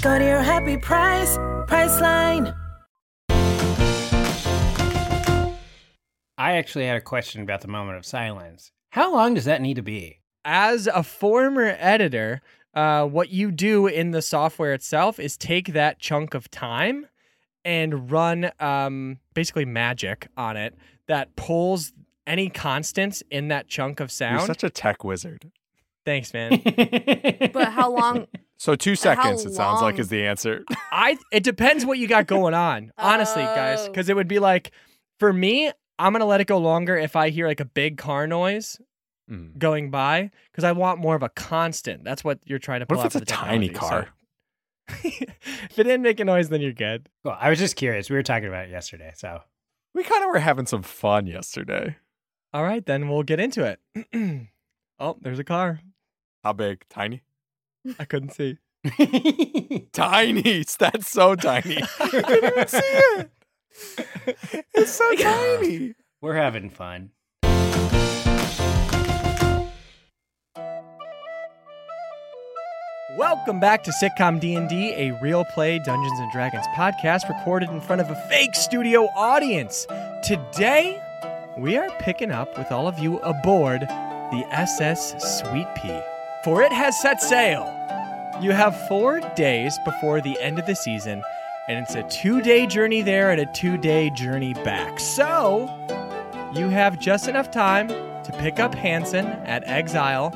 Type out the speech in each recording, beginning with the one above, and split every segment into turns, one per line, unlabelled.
Go to your happy price, Priceline.
I actually had a question about the moment of silence. How long does that need to be?
as a former editor, uh, what you do in the software itself is take that chunk of time and run um, basically magic on it that pulls any constants in that chunk of
You're
sound.
such a tech wizard.
Thanks, man.
But how long?
So two seconds, it sounds like,
long?
is the answer.
I it depends what you got going on, honestly, guys.
Oh.
Because it would be like, for me, I'm gonna let it go longer if I hear like a big car noise
Mm.
going by, because I want more of a constant. That's what you're trying to. Pull
What if
out
it's
for
a
the
tiny
technology, so-
car?
if it didn't make a noise, then you're good.
Well, I was just curious. We were talking about it yesterday, so
We kind of were having some fun yesterday.
All right, then we'll get into it. oh, there's a car.
How big? Tiny?
I couldn't see.
Tiny. That's so tiny. I couldn't even see it. It's so tiny.
we're having fun.
Welcome back to Sitcom D&D, a real play Dungeons and Dragons podcast recorded in front of a fake studio audience. Today, we are picking up with all of you aboard the SS Sweet Pea, for it has set sail. You have 4 days before the end of the season, and it's a 2-day journey there and a 2-day journey back. So, you have just enough time to pick up Hansen at Exile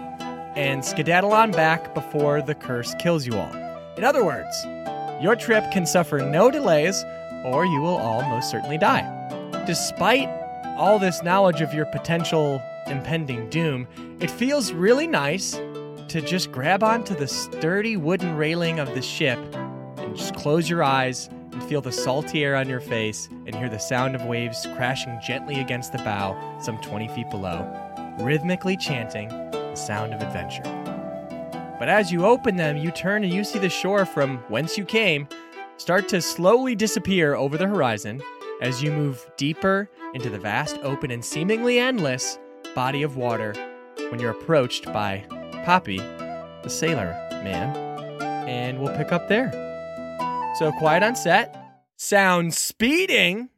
and skedaddle on back before the curse kills you all. In other words, your trip can suffer no delays or you will all most certainly die. Despite all this knowledge of your potential impending doom, it feels really nice to just grab onto the sturdy wooden railing of the ship and just close your eyes and feel the salty air on your face and hear the sound of waves crashing gently against the bow some 20 feet below, rhythmically chanting the sound of adventure. But as you open them, you turn and you see the shore from whence you came start to slowly disappear over the horizon as you move deeper into the vast, open, and seemingly endless body of water when you're approached by Poppy, the sailor man. And we'll pick up there. So quiet on set, sound speeding,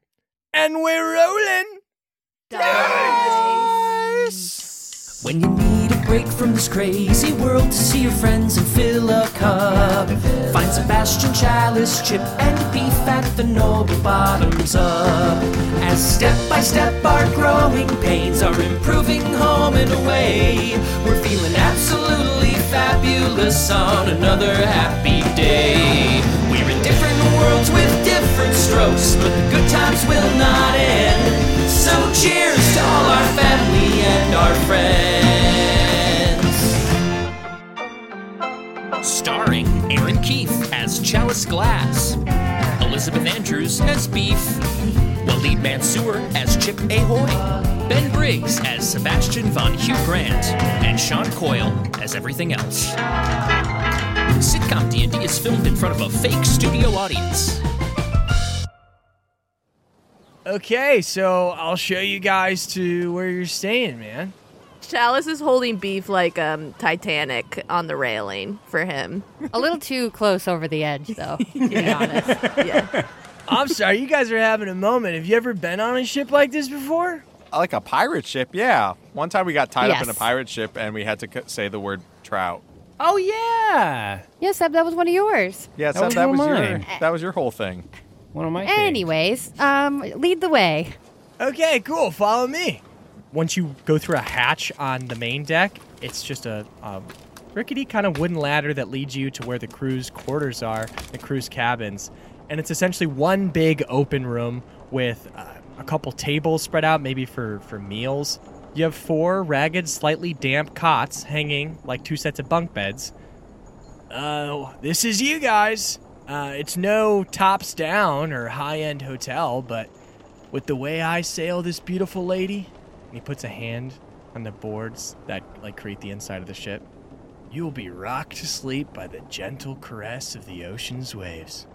and we're rolling.
When you need a break from this crazy world to see your friends and fill a cup, find Sebastian Chalice, Chip, and Beef at the Noble Bottoms Up. As step by step our growing pains are improving home and away, we're feeling absolutely fabulous on another happy day. We're in different worlds with different strokes, but the good times will not end. So cheers to all our family and our friends. Starring Aaron Keith as Chalice Glass, Elizabeth Andrews as Beef, Waleed Mansour as Chip Ahoy, Ben Briggs as Sebastian von Hugh Grant, and Sean Coyle as everything else. Sitcom D&D is filmed in front of a fake studio audience.
Okay, so I'll show you guys to where you're staying, man.
Chalice is holding beef like um Titanic on the railing for him.
A little too close over the edge, though, to be honest.
Yeah.
I'm sorry, you guys are having a moment. Have you ever been on a ship like this before?
Like a pirate ship, yeah. One time we got tied up in a
Yes.
pirate ship and we had to c- say the word trout.
Oh yeah,
Yes, Seb, that was one of yours.
Yeah,
That
that,
was
that,
one
was
of
your,
mine.
that was your whole thing.
one of my things.
Anyways, um, lead the way.
Okay, cool. Follow me. Once you go through a hatch on the main deck, it's just a um, rickety kind of wooden ladder that leads you to where the crew's quarters are, the crew's cabins. And it's essentially one big open room with uh, a couple tables spread out, maybe for, for meals. You have four ragged, slightly damp cots hanging like two sets of bunk beds. uh, this is you guys. Uh, it's no tops down or high end hotel, but with the way I sail this beautiful lady, and he puts a hand on the boards that like create the inside of the ship. You will be rocked to sleep by the gentle caress of the ocean's waves.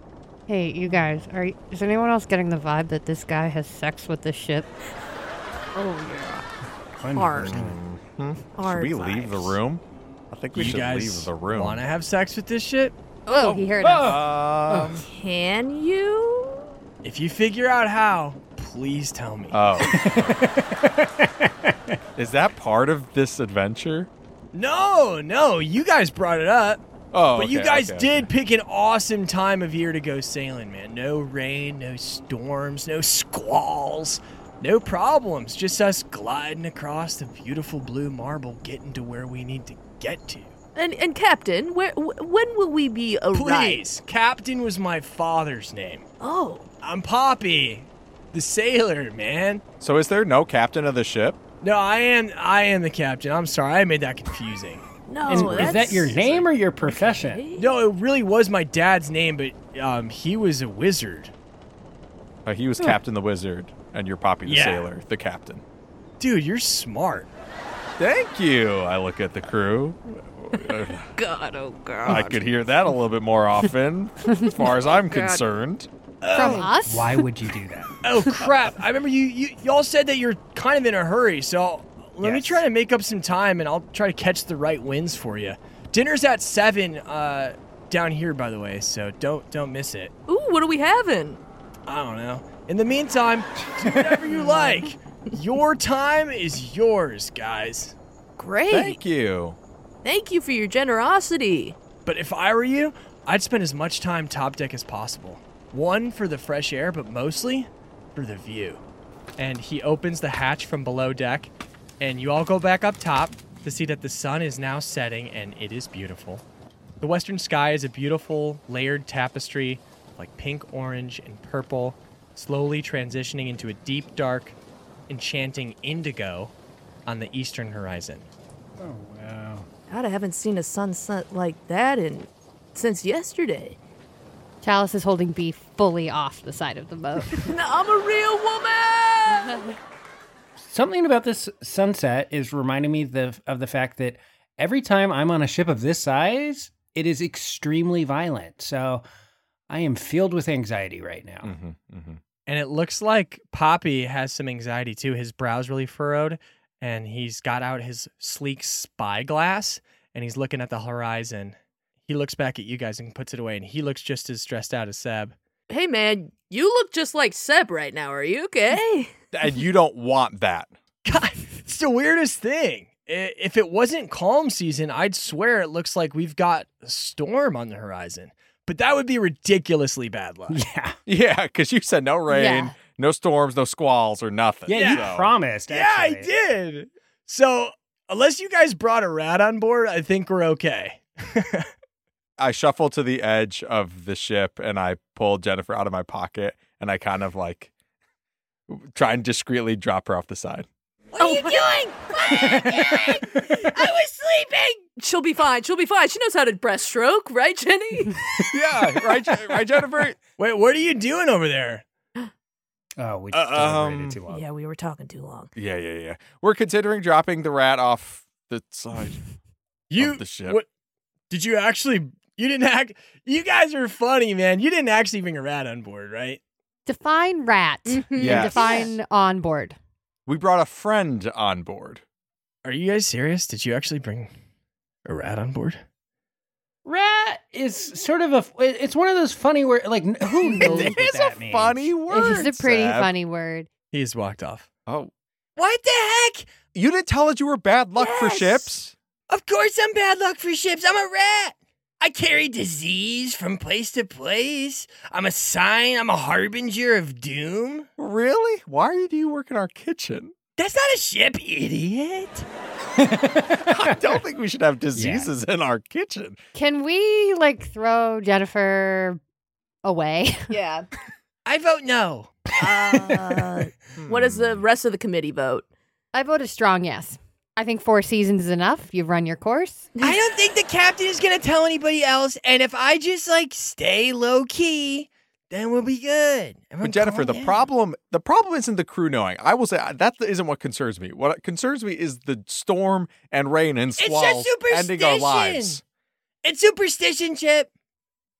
Hey, you guys, are y- is anyone else getting the vibe that this guy has sex with the ship?
Oh yeah.
Hard.
Hmm? Should we leave the room? I think we
you
should
guys
leave the room.
want to have sex with this ship?
Oh, he heard us.
Um,
Can you?
If you figure out how, please tell me.
oh. Is that part of this adventure?
no, no, you guys brought it up.
Oh,
but you
okay,
guys
okay,
did pick an awesome time of year to go sailing, man. No rain, no storms, no squalls, no problems. Just us gliding across the beautiful blue marble, getting to where we need to get to.
And and Captain, where wh- when will we be arrived?
Please, Captain was my father's name.
Oh,
I'm Poppy, the sailor, man.
So is there no captain of the ship?
No, I am. I am the captain. I'm sorry, I made that confusing.
no.
And
oh, that's...
is that your name or your profession?
No, it really was my dad's name, but um, he was a wizard.
Uh, he was Captain the Wizard, and you're Poppy the
Yeah.
Sailor, the captain.
Dude, you're smart.
Thank you. I look at the crew.
God, oh God.
I could hear that a little bit more often, as far as I'm concerned.
From us?
Why would you do that?
Oh crap! I remember you, you. Y'all said that you're kind of in a hurry, so let me
Yes.
try to make up some time, and I'll try to catch the right winds for you. Dinner's at seven uh, down here, by the way, so don't don't miss it.
Ooh, what are we having?
I don't know. In the meantime, do whatever you like. Your time is yours, guys.
Great.
Thank you.
Thank you for your generosity.
But if I were you, I'd spend as much time top deck as possible. One for the fresh air, but mostly for the view. And he opens the hatch from below deck, and you all go back up top to see that the sun is now setting and it is beautiful. The western sky is a beautiful layered tapestry, like pink, orange, and purple, slowly transitioning into a deep, dark, enchanting indigo on the eastern horizon.
Oh, wow.
God, I haven't seen a sunset like that in since yesterday.
Chalice is holding B fully off the side of the boat.
No, I'm a real woman.
Something about this sunset is reminding me the, of the fact that every time I'm on a ship of this size, it is extremely violent. So I am filled with anxiety right now.
hmm hmm
And it looks like Poppy has some anxiety too. His brow's really furrowed, and he's got out his sleek spyglass and he's looking at the horizon. He looks back at you guys and puts it away, and he looks just as stressed out as Seb.
hey, man, you look just like Seb right now. Are you okay?
And you don't want that.
God, it's the weirdest thing. I- If it wasn't calm season, I'd swear it looks like we've got a storm on the horizon. But that would be ridiculously bad luck.
Yeah.
Yeah, because you said no rain,
Yeah.
no storms, no squalls, or nothing.
Yeah, you
So-
promised.
Yeah, I
actually.
did. So, unless you guys brought a rat on board, I think we're okay.
I shuffle to the edge of the ship and I pull Jennifer out of my pocket and I kind of like try and discreetly drop her off the side.
What are you doing? What are you doing? I was sleeping. She'll be fine. She'll be fine. She knows how to breaststroke, right, Jenny?
Yeah, right, right, Jennifer.
Wait, what are you doing over there?
Oh, we
Uh,
just deliberated
um,
too long.
yeah, we were talking too long.
Yeah, yeah, yeah. We're considering dropping the rat off the side.
You
Of the ship.
what? Did you actually? You didn't act. You guys are funny, man. You didn't actually bring a rat on board, right?
define rat.
Mm-hmm.
Yes.
And define on board.
We brought a friend on board.
Are you guys serious? Did you actually bring a rat on board?
Rat is sort of a. It's one of those funny where like who knows
it
what
is
that
a
means.
funny word.
It's a pretty
Seb.
funny word.
He's walked off.
Oh,
What the heck?
you didn't tell us you were bad luck for
Yes.
ships.
Of course, I'm bad luck for ships. I'm a rat. I carry disease from place to place. I'm a sign. I'm a harbinger of doom.
Really? Why do you work in our kitchen?
That's not a ship, idiot.
I don't think we should have diseases in our kitchen.
Can we like throw Jennifer away?
Yeah.
I vote no.
Uh, what does the rest of the committee vote?
I vote a strong yes. I think four seasons is enough. You've run your course.
I don't think the captain is gonna tell anybody else, and if I just like stay low key, then we'll be good. Everyone
But Jennifer,
calm
the
down.
problem the problem isn't the crew knowing. I will say uh, that isn't what concerns me. What concerns me is the storm and rain and
just
squalls ending our
superstition.
lives.
it's superstition, Chip.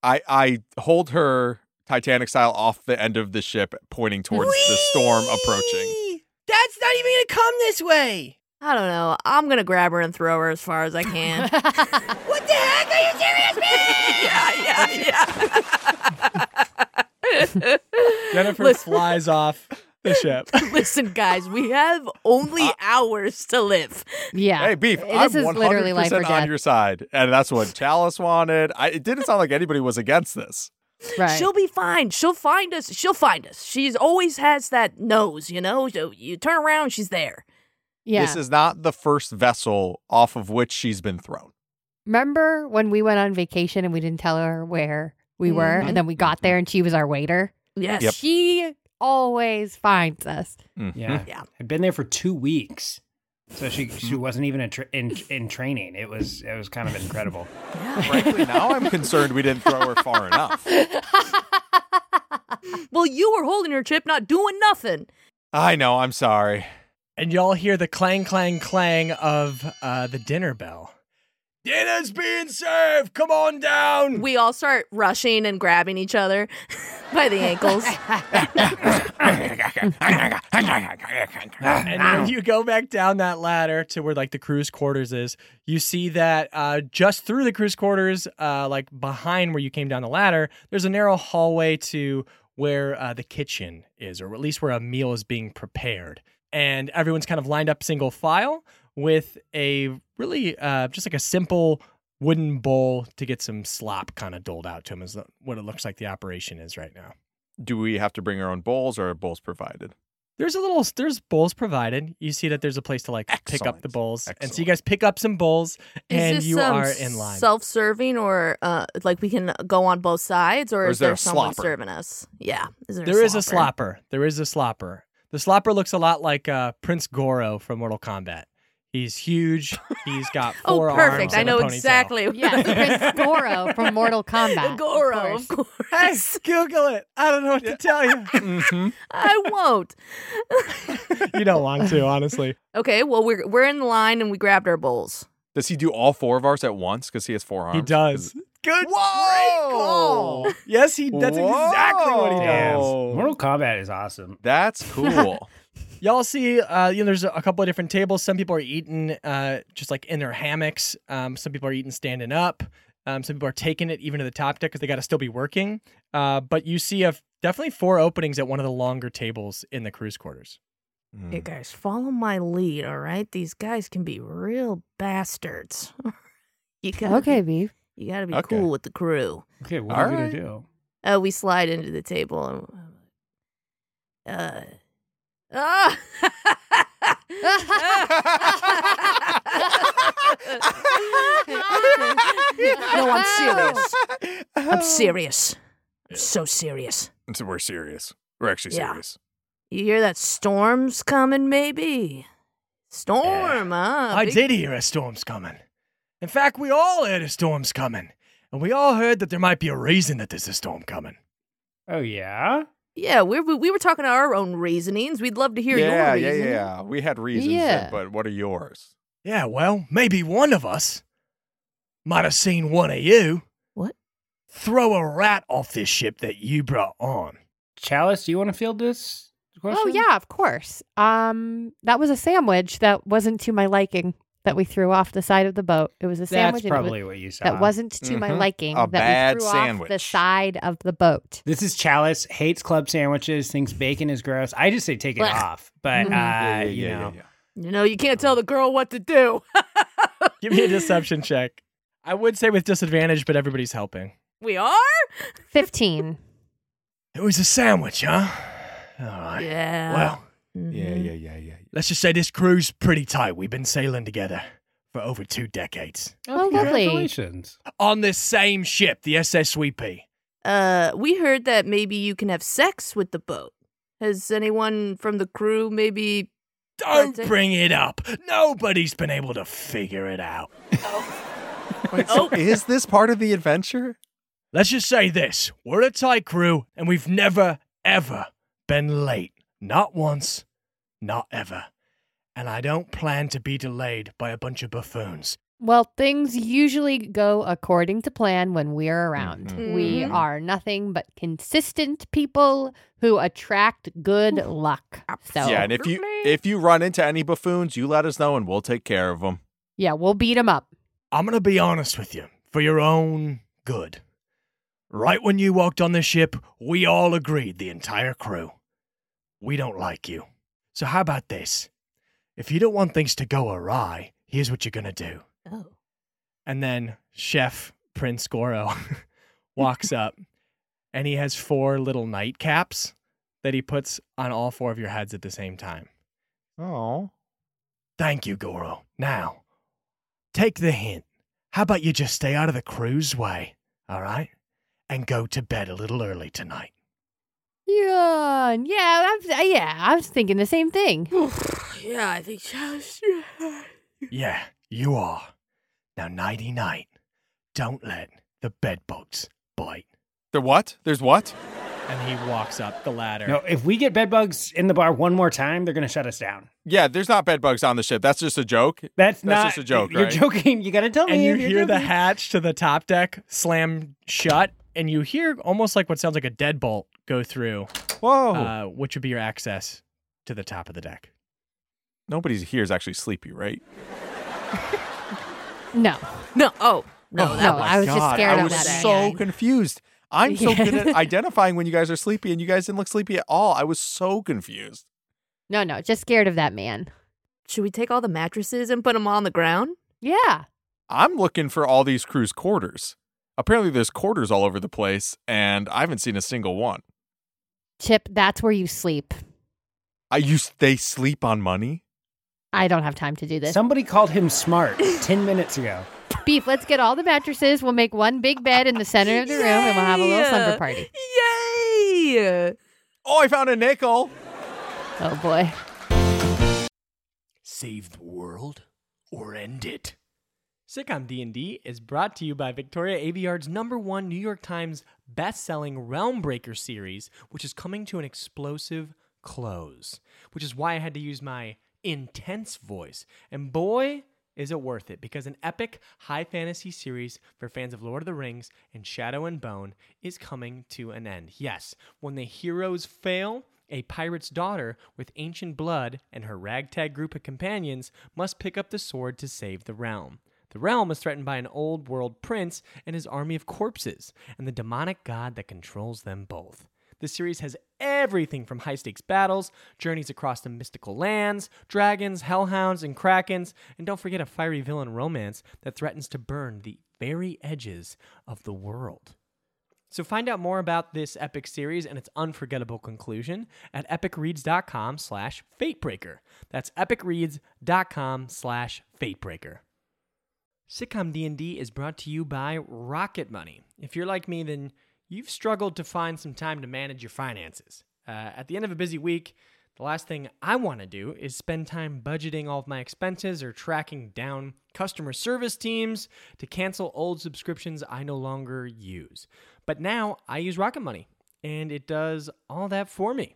I I hold her Titanic style off the end of the ship, pointing towards the storm approaching.
Whee! That's not even gonna come this way.
I don't know. I'm gonna grab her and throw her as far as I can.
What the heck are you serious, man?
yeah, yeah, yeah.
Jennifer
listen,
flies off the ship.
listen, guys, we have only hours to live.
yeah.
Hey, beef!
This
I'm
is
100
literally life or
on
death.
your side, and that's what Chalice wanted. I, it didn't sound like anybody was against this.
right.
She'll be fine. She'll find us. She'll find us. She's always has that nose, you know. So you turn around, she's there.
yeah.
This is not the first vessel off of which she's been thrown.
Remember when we went on vacation and we didn't tell her where we were, and then we got there and she was our waiter?
Yes.
Yep.
She always finds us.
Mhm.
Yeah.
Yeah.
I'd been there for two weeks. So she she wasn't even in, tra- in in training. It was it was kind of incredible.
Frankly, now I'm concerned we didn't throw her far enough.
Well, you were holding her chip, not doing nothing.
I know. I'm sorry.
and y'all hear the clang, clang, clang of uh, the dinner bell. Dinner's being served. Come on down.
We all start rushing and grabbing each other by the ankles.
and when you go back down that ladder to where like the cruise quarters is, you see that uh, just through the cruise quarters, uh, like behind where you came down the ladder, there's a narrow hallway to where uh, the kitchen is, or at least where a meal is being prepared. And everyone's kind of lined up single file with a really uh, just like a simple wooden bowl to get some slop kind of doled out to them is what it looks like the operation is right now.
Do we have to bring our own bowls, or are bowls provided?
There's a little there's bowls provided. You see that there's a place to like pick up the
Excellent.
bowls, and so you
Excellent.
guys pick up some bowls,
Is
and
this,
you
um,
are in line.
Self-serving, or uh, like we can go on both sides, or, is, there,
a
someone
slopper?
serving us? Yeah, is there?
there
a
is a slopper. There is a slopper. The slopper looks a lot like uh, Prince Goro from Mortal Kombat. He's huge. He's got
Oh,
four arms
perfect! I
and a
know
ponytail.
exactly.
Yeah, Chris Goro from Mortal Kombat.
Goro, of course.
Hey, Google it. I don't know what to tell you.
Mm-hmm.
I won't.
you don't want to, honestly.
Okay, well we're we're in line and we grabbed our bowls.
Does he do all four of ours at once? Because he has four arms.
He does. Good.
Whoa!
call. Yes, he. That's exactly
Oh,
what he does.
Whoa.
Mortal Kombat is awesome.
That's cool.
Y'all see, uh, you know, there's a a couple of different tables. Some people are eating uh, just like in their hammocks. Um, some people are eating standing up. Um, some people are taking it even to the top deck because they got to still be working. Uh, but you see, a, definitely four openings at one of the longer tables in the cruise quarters.
Hey
Hmm.
Mm.
guys, follow my lead, all right? These guys can be real bastards. you gotta
Okay,
be,
beef.
you gotta be
Okay.
cool with the crew.
Okay, what
All
are we
right.
gonna do?
Uh, we slide into the table and uh, ah! no, I'm serious. I'm serious. I'm so serious.
So we're serious. We're actually
Yeah.
serious.
You hear that storm's coming, maybe? Storm, huh?
I
Big-
did hear a storm's coming. In fact, we all heard a storm's coming. And we all heard that there might be a reason that there's a storm coming.
Oh yeah.
Yeah, we we we were talking our own reasonings. We'd love to hear
yeah,
your
yeah,
reasoning.
yeah. We had reasons,
Yeah.
but what are yours?
Yeah, well, maybe one of us might have seen one of you.
What?
Throw a rat off this ship that you brought on.
Chalice, do you want to field this question?
Oh yeah, of course. Um, that was a sandwich that wasn't to my liking that we threw off the side of the boat. It was a
That's
sandwich and it wa-
probably what you said.
that wasn't to my
Mhm.
liking
A
that
bad
we threw off the
sandwich.
side of the boat.
This is Chalice hates club sandwiches, thinks bacon is gross. I just say take it
Blech.
off,
Mhm.
but uh,
yeah, yeah,
you
yeah,
know,
yeah,
You know, you can't tell the girl what to do.
Give me a deception check. I would say with disadvantage, but everybody's helping.
we are?
Fifteen.
It was a sandwich, huh? All right.
Yeah.
Well,
yeah,
Mhm.
yeah, yeah, yeah.
let's just say this crew's pretty tight. We've been sailing together for over two decades.
Oh, lovely.
Congratulations.
On this same ship, the SSVP.
Uh, we heard that maybe you can have sex with the boat. Has anyone from the crew maybe
Don't
That's it.
bring it up. Nobody's been able to figure it out.
Wait, so
Oh.
is this part of the adventure?
Let's just say this we're a tight crew, and we've never, ever been late. Not once, not ever. And I don't plan to be delayed by a bunch of buffoons.
Well, things usually go according to plan when we're around.
Mhm.
Mm-hmm.
We
Mhm.
are nothing but consistent people who attract good luck. So,
Yeah,
yeah,
and if you
Absolutely.
if you run into any buffoons, you let us know and we'll take care of them.
we'll beat them up.
I'm going to be honest with you for your own good. Right when you walked on the ship, we all agreed, the entire crew. We don't like you. So, how about this? If you don't want things to go awry, here's what you're going to do.
Oh.
And then Chef Prince Goro walks up and he has four little nightcaps that he puts on all four of your heads at the same time.
Oh.
Thank you, Goro. Now, take the hint. How about you just stay out of the crew's way, all right? And go to bed a little early tonight.
Yeah, and yeah, I was, yeah. I was thinking the same thing.
yeah, I think so.
yeah, you are. Now, nighty night. Don't let the bedbugs bite.
The what? There's what?
And he walks up the ladder.
No, if we get bed bugs in the bar one more time, they're gonna shut us down.
Yeah, there's not bed bugs on the ship. That's just a joke.
That's,
That's
not
just a joke,
You're
right?
joking. You gotta tell
and
me.
you
if you're
hear the
joking.
hatch to the top deck slam shut, and you hear almost like what sounds like a deadbolt go through,
Whoa.
Oh.
uh, which would be your access to the top of the deck.
Nobody here is actually sleepy, right?
No,
No. Oh. No,
Oh,
that
no,
was
I was just scared
I
of
was
that
so
man.
confused. I'm so
Yeah.
good at identifying when you guys are sleepy, and you guys didn't look sleepy at all. I was so confused.
no, no. Just scared of that man.
Should we take all the mattresses and put them on the ground?
Yeah.
I'm looking for all these crew's quarters. Apparently, there's quarters all over the place, and I haven't seen a single one.
Chip, that's where you sleep.
I used they sleep on money.
I don't have time to do this.
Somebody called him smart ten minutes ago.
Beef, let's get all the mattresses. We'll make one big bed in the center of the room and we'll have a little slumber party.
Yay! Yay!
Oh, I found a nickel.
Oh boy.
Save the world or end it. Sitcom D&D is brought to you by Victoria Aveyard's number one New York Times best-selling Realm Breaker series, which is coming to an explosive close, which is why I had to use my intense voice. And boy, is it worth it because an epic high fantasy series for fans of Lord of the Rings and Shadow and Bone is coming to an end. Yes, when the heroes fail, a pirate's daughter with ancient blood and her ragtag group of companions must pick up the sword to save the realm. The realm is threatened by an old world prince and his army of corpses, and the demonic god that controls them both. The series has everything from high stakes battles, journeys across the mystical lands, dragons, hellhounds, and krakens, and don't forget a fiery villain romance that threatens to burn the very edges of the world. So find out more about this epic series and its unforgettable conclusion at epicreads.com slash fatebreaker. That's epicreads.com slash fatebreaker. Sitcom D&D is brought to you by Rocket Money. If you're like me, then you've struggled to find some time to manage your finances. Uh, at the end of a busy week, the last thing I want to do is spend time budgeting all of my expenses or tracking down customer service teams to cancel old subscriptions I no longer use. But now I use Rocket Money, and it does all that for me.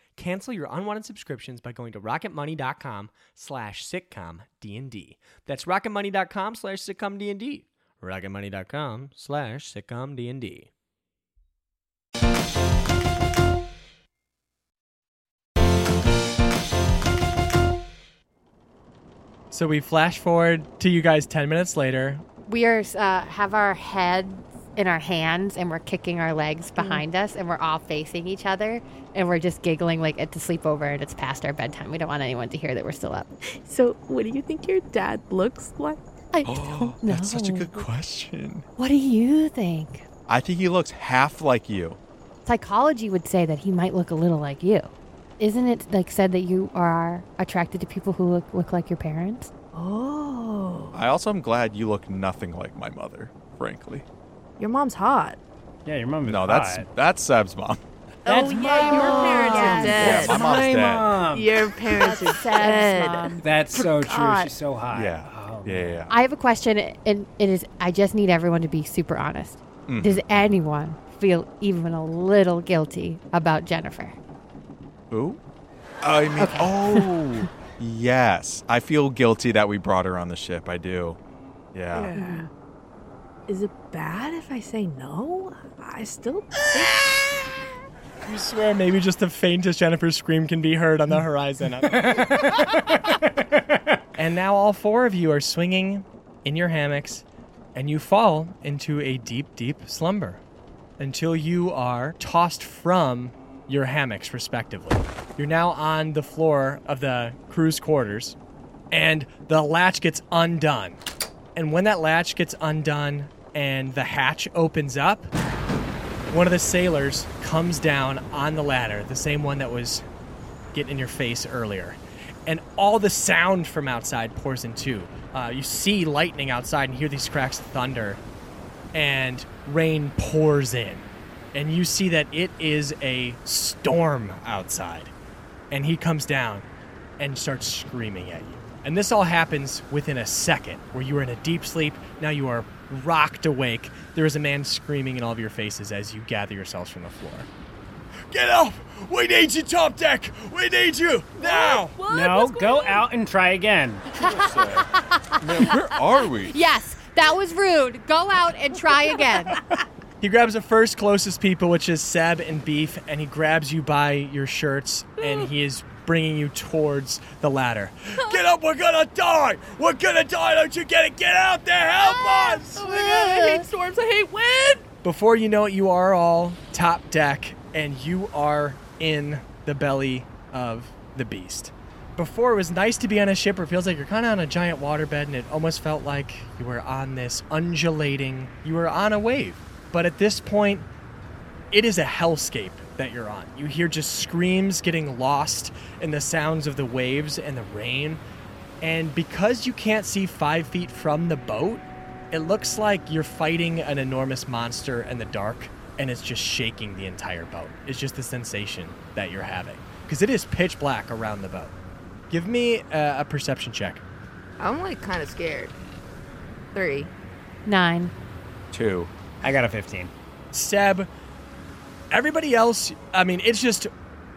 Cancel your unwanted subscriptions by going to rocketmoney.com slash sitcom D&D. That's rocketmoney.com slash sitcom D&D. rocketmoney.com slash sitcom D&D. So we flash forward to you guys 10 minutes later.
We are uh, have our heads in our hands and we're kicking our legs behind us and we're all facing each other and we're just giggling like it's a sleepover and it's past our bedtime. We don't want anyone to hear that we're still up.
So, what do you think your dad looks like?
I don't know.
Oh, That's such a good question.
What do you think?
I think he looks half like you.
Psychology would say that he might look a little like you. Isn't it like said that you are attracted to people who look, look like your parents?
Oh,
I also am glad you look nothing like my mother, frankly.
your mom's hot.
Yeah, your mom is
No, that's
hot.
that's Seb's mom.
That's
oh
my
yeah, your
mom.
parents
Oh, Yes.
are
Yeah,
dead.
my mom's
my
dead.
mom.
Your parents are
Seb's
dead.
mom.
That's so true.
Forgot.
She's so hot.
Yeah.
Oh,
yeah, yeah, yeah.
I have a question, and it is I just need everyone to be super honest. Does anyone feel even a little guilty about Jennifer?
Who? I mean, oh, yes. I feel guilty that we brought her on the ship. I do. Yeah.
Yeah. Is it bad if I say no? I still.
You swear maybe just the faintest Jennifer scream can be heard on the horizon. and now all four of you are swinging in your hammocks and you fall into a deep, deep slumber until you are tossed from your hammocks, respectively. You're now on the floor of the crew's quarters and the latch gets undone. And when that latch gets undone and the hatch opens up, one of the sailors comes down on the ladder, the same one that was getting in your face earlier. And all the sound from outside pours in too. Uh, you see lightning outside and hear these cracks of thunder, and rain pours in. And you see that it is a storm outside. And he comes down and starts screaming at you. And this all happens within a second, where you were in a deep sleep. Now you are rocked awake. There is a man screaming in all of your faces as you gather yourselves from the floor. Get up! We need you, top deck! We need you! Now!
What?
No,
What's
go
going on?
out and try again.
Man, where are we?
Yes, that was rude. Go out and try again.
He grabs the first closest people, which is Seb and Beef, and he grabs you by your shirts and he is bringing you towards the ladder. Get up, we're gonna die! We're gonna die, don't you get it? Get out there, help us!
Oh my god, I hate storms. I hate wind.
Before you know it, you are all top deck and you are in the belly of the beast. Before it was nice to be on a ship where it feels like you're kind of on a giant waterbed and it almost felt like you were on this undulating, you were on a wave. But at this point, it is a hellscape that you're on. You hear just screams getting lost in the sounds of the waves and the rain. And because you can't see five feet from the boat, it looks like you're fighting an enormous monster in the dark and it's just shaking the entire boat. It's just the sensation that you're having. Because it is pitch black around the boat. Give me a, a perception check.
I'm like kind of scared. Three.
Nine.
Two.
I got a 15.
Seb, everybody else, I mean, it's just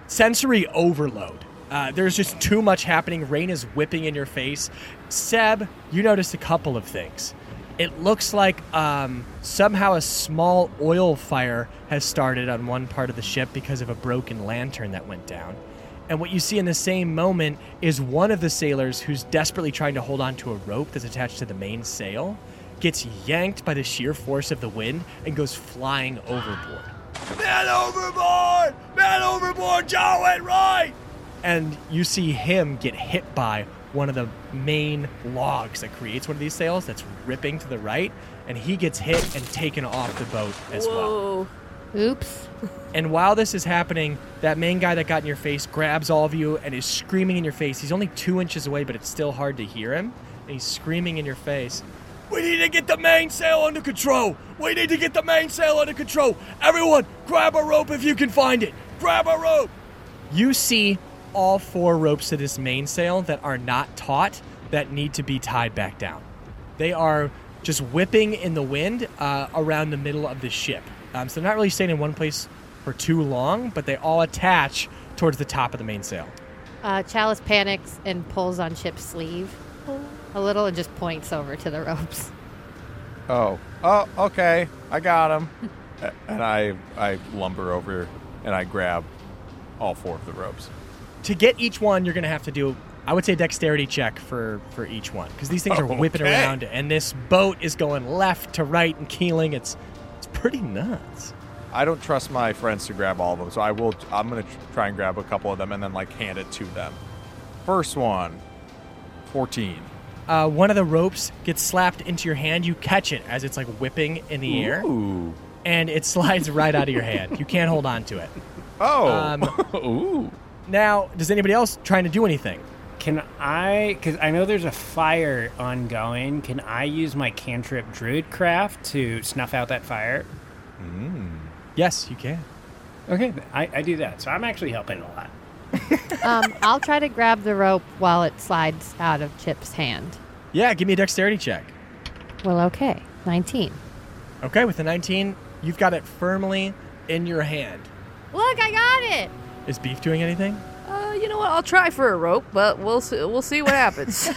sensory overload. Uh, there's just too much happening. Rain is whipping in your face. Seb, you noticed a couple of things. It looks like um, somehow a small oil fire has started on one part of the ship because of a broken lantern that went down. And what you see in the same moment is one of the sailors who's desperately trying to hold onto a rope that's attached to the mainsail gets yanked by the sheer force of the wind and goes flying overboard. Man overboard! Man overboard! John went right! And you see him get hit by one of the main logs that creates one of these sails that's ripping to the right, and he gets hit and taken off the boat as well.
Whoa.
Oops.
And while this is happening, that main guy that got in your face grabs all of you and is screaming in your face. He's only two inches away, but it's still hard to hear him. And he's screaming in your face. We need to get the mainsail under control. We need to get the mainsail under control. Everyone, grab a rope if you can find it. Grab a rope. You see all four ropes to this mainsail that are not taut that need to be tied back down. They are just whipping in the wind uh, around the middle of the ship. Um, so they're not really staying in one place for too long, but they all attach towards the top of the mainsail.
Uh, Chalice panics and pulls on Chip's sleeve a little and just points over to the ropes.
Oh. Oh, okay. I got him. A- and I I lumber over and I grab all four of the ropes.
To get each one, you're going to have to do, I would say, a dexterity check for, for each one because these things are whipping
Okay.
around and this boat is going left to right and keeling. It's, it's pretty nuts.
I don't trust my friends to grab all of them, so I will. I'm gonna tr- try and grab a couple of them and then like hand it to them. First one, 14.
Uh, one of the ropes gets slapped into your hand. You catch it as it's like whipping in the air,
Ooh.
and it slides right out of your hand. You can't hold on to it.
Oh.
Um,
Ooh.
Now, does anybody else trying to do anything?
Can I? Because I know there's a fire ongoing. Can I use my cantrip druid craft to snuff out that fire?
Yes, you can.
Okay, I, I do that. So I'm actually helping a lot.
Um, I'll try to grab the rope while it slides out of Chip's hand.
Yeah, give me a dexterity check.
Well, okay. 19.
Okay, with a 19, you've got it firmly in your hand.
Look, I got it.
Is Beef doing anything?
Uh, you know what? I'll try for a rope, but we'll see, we'll see what happens.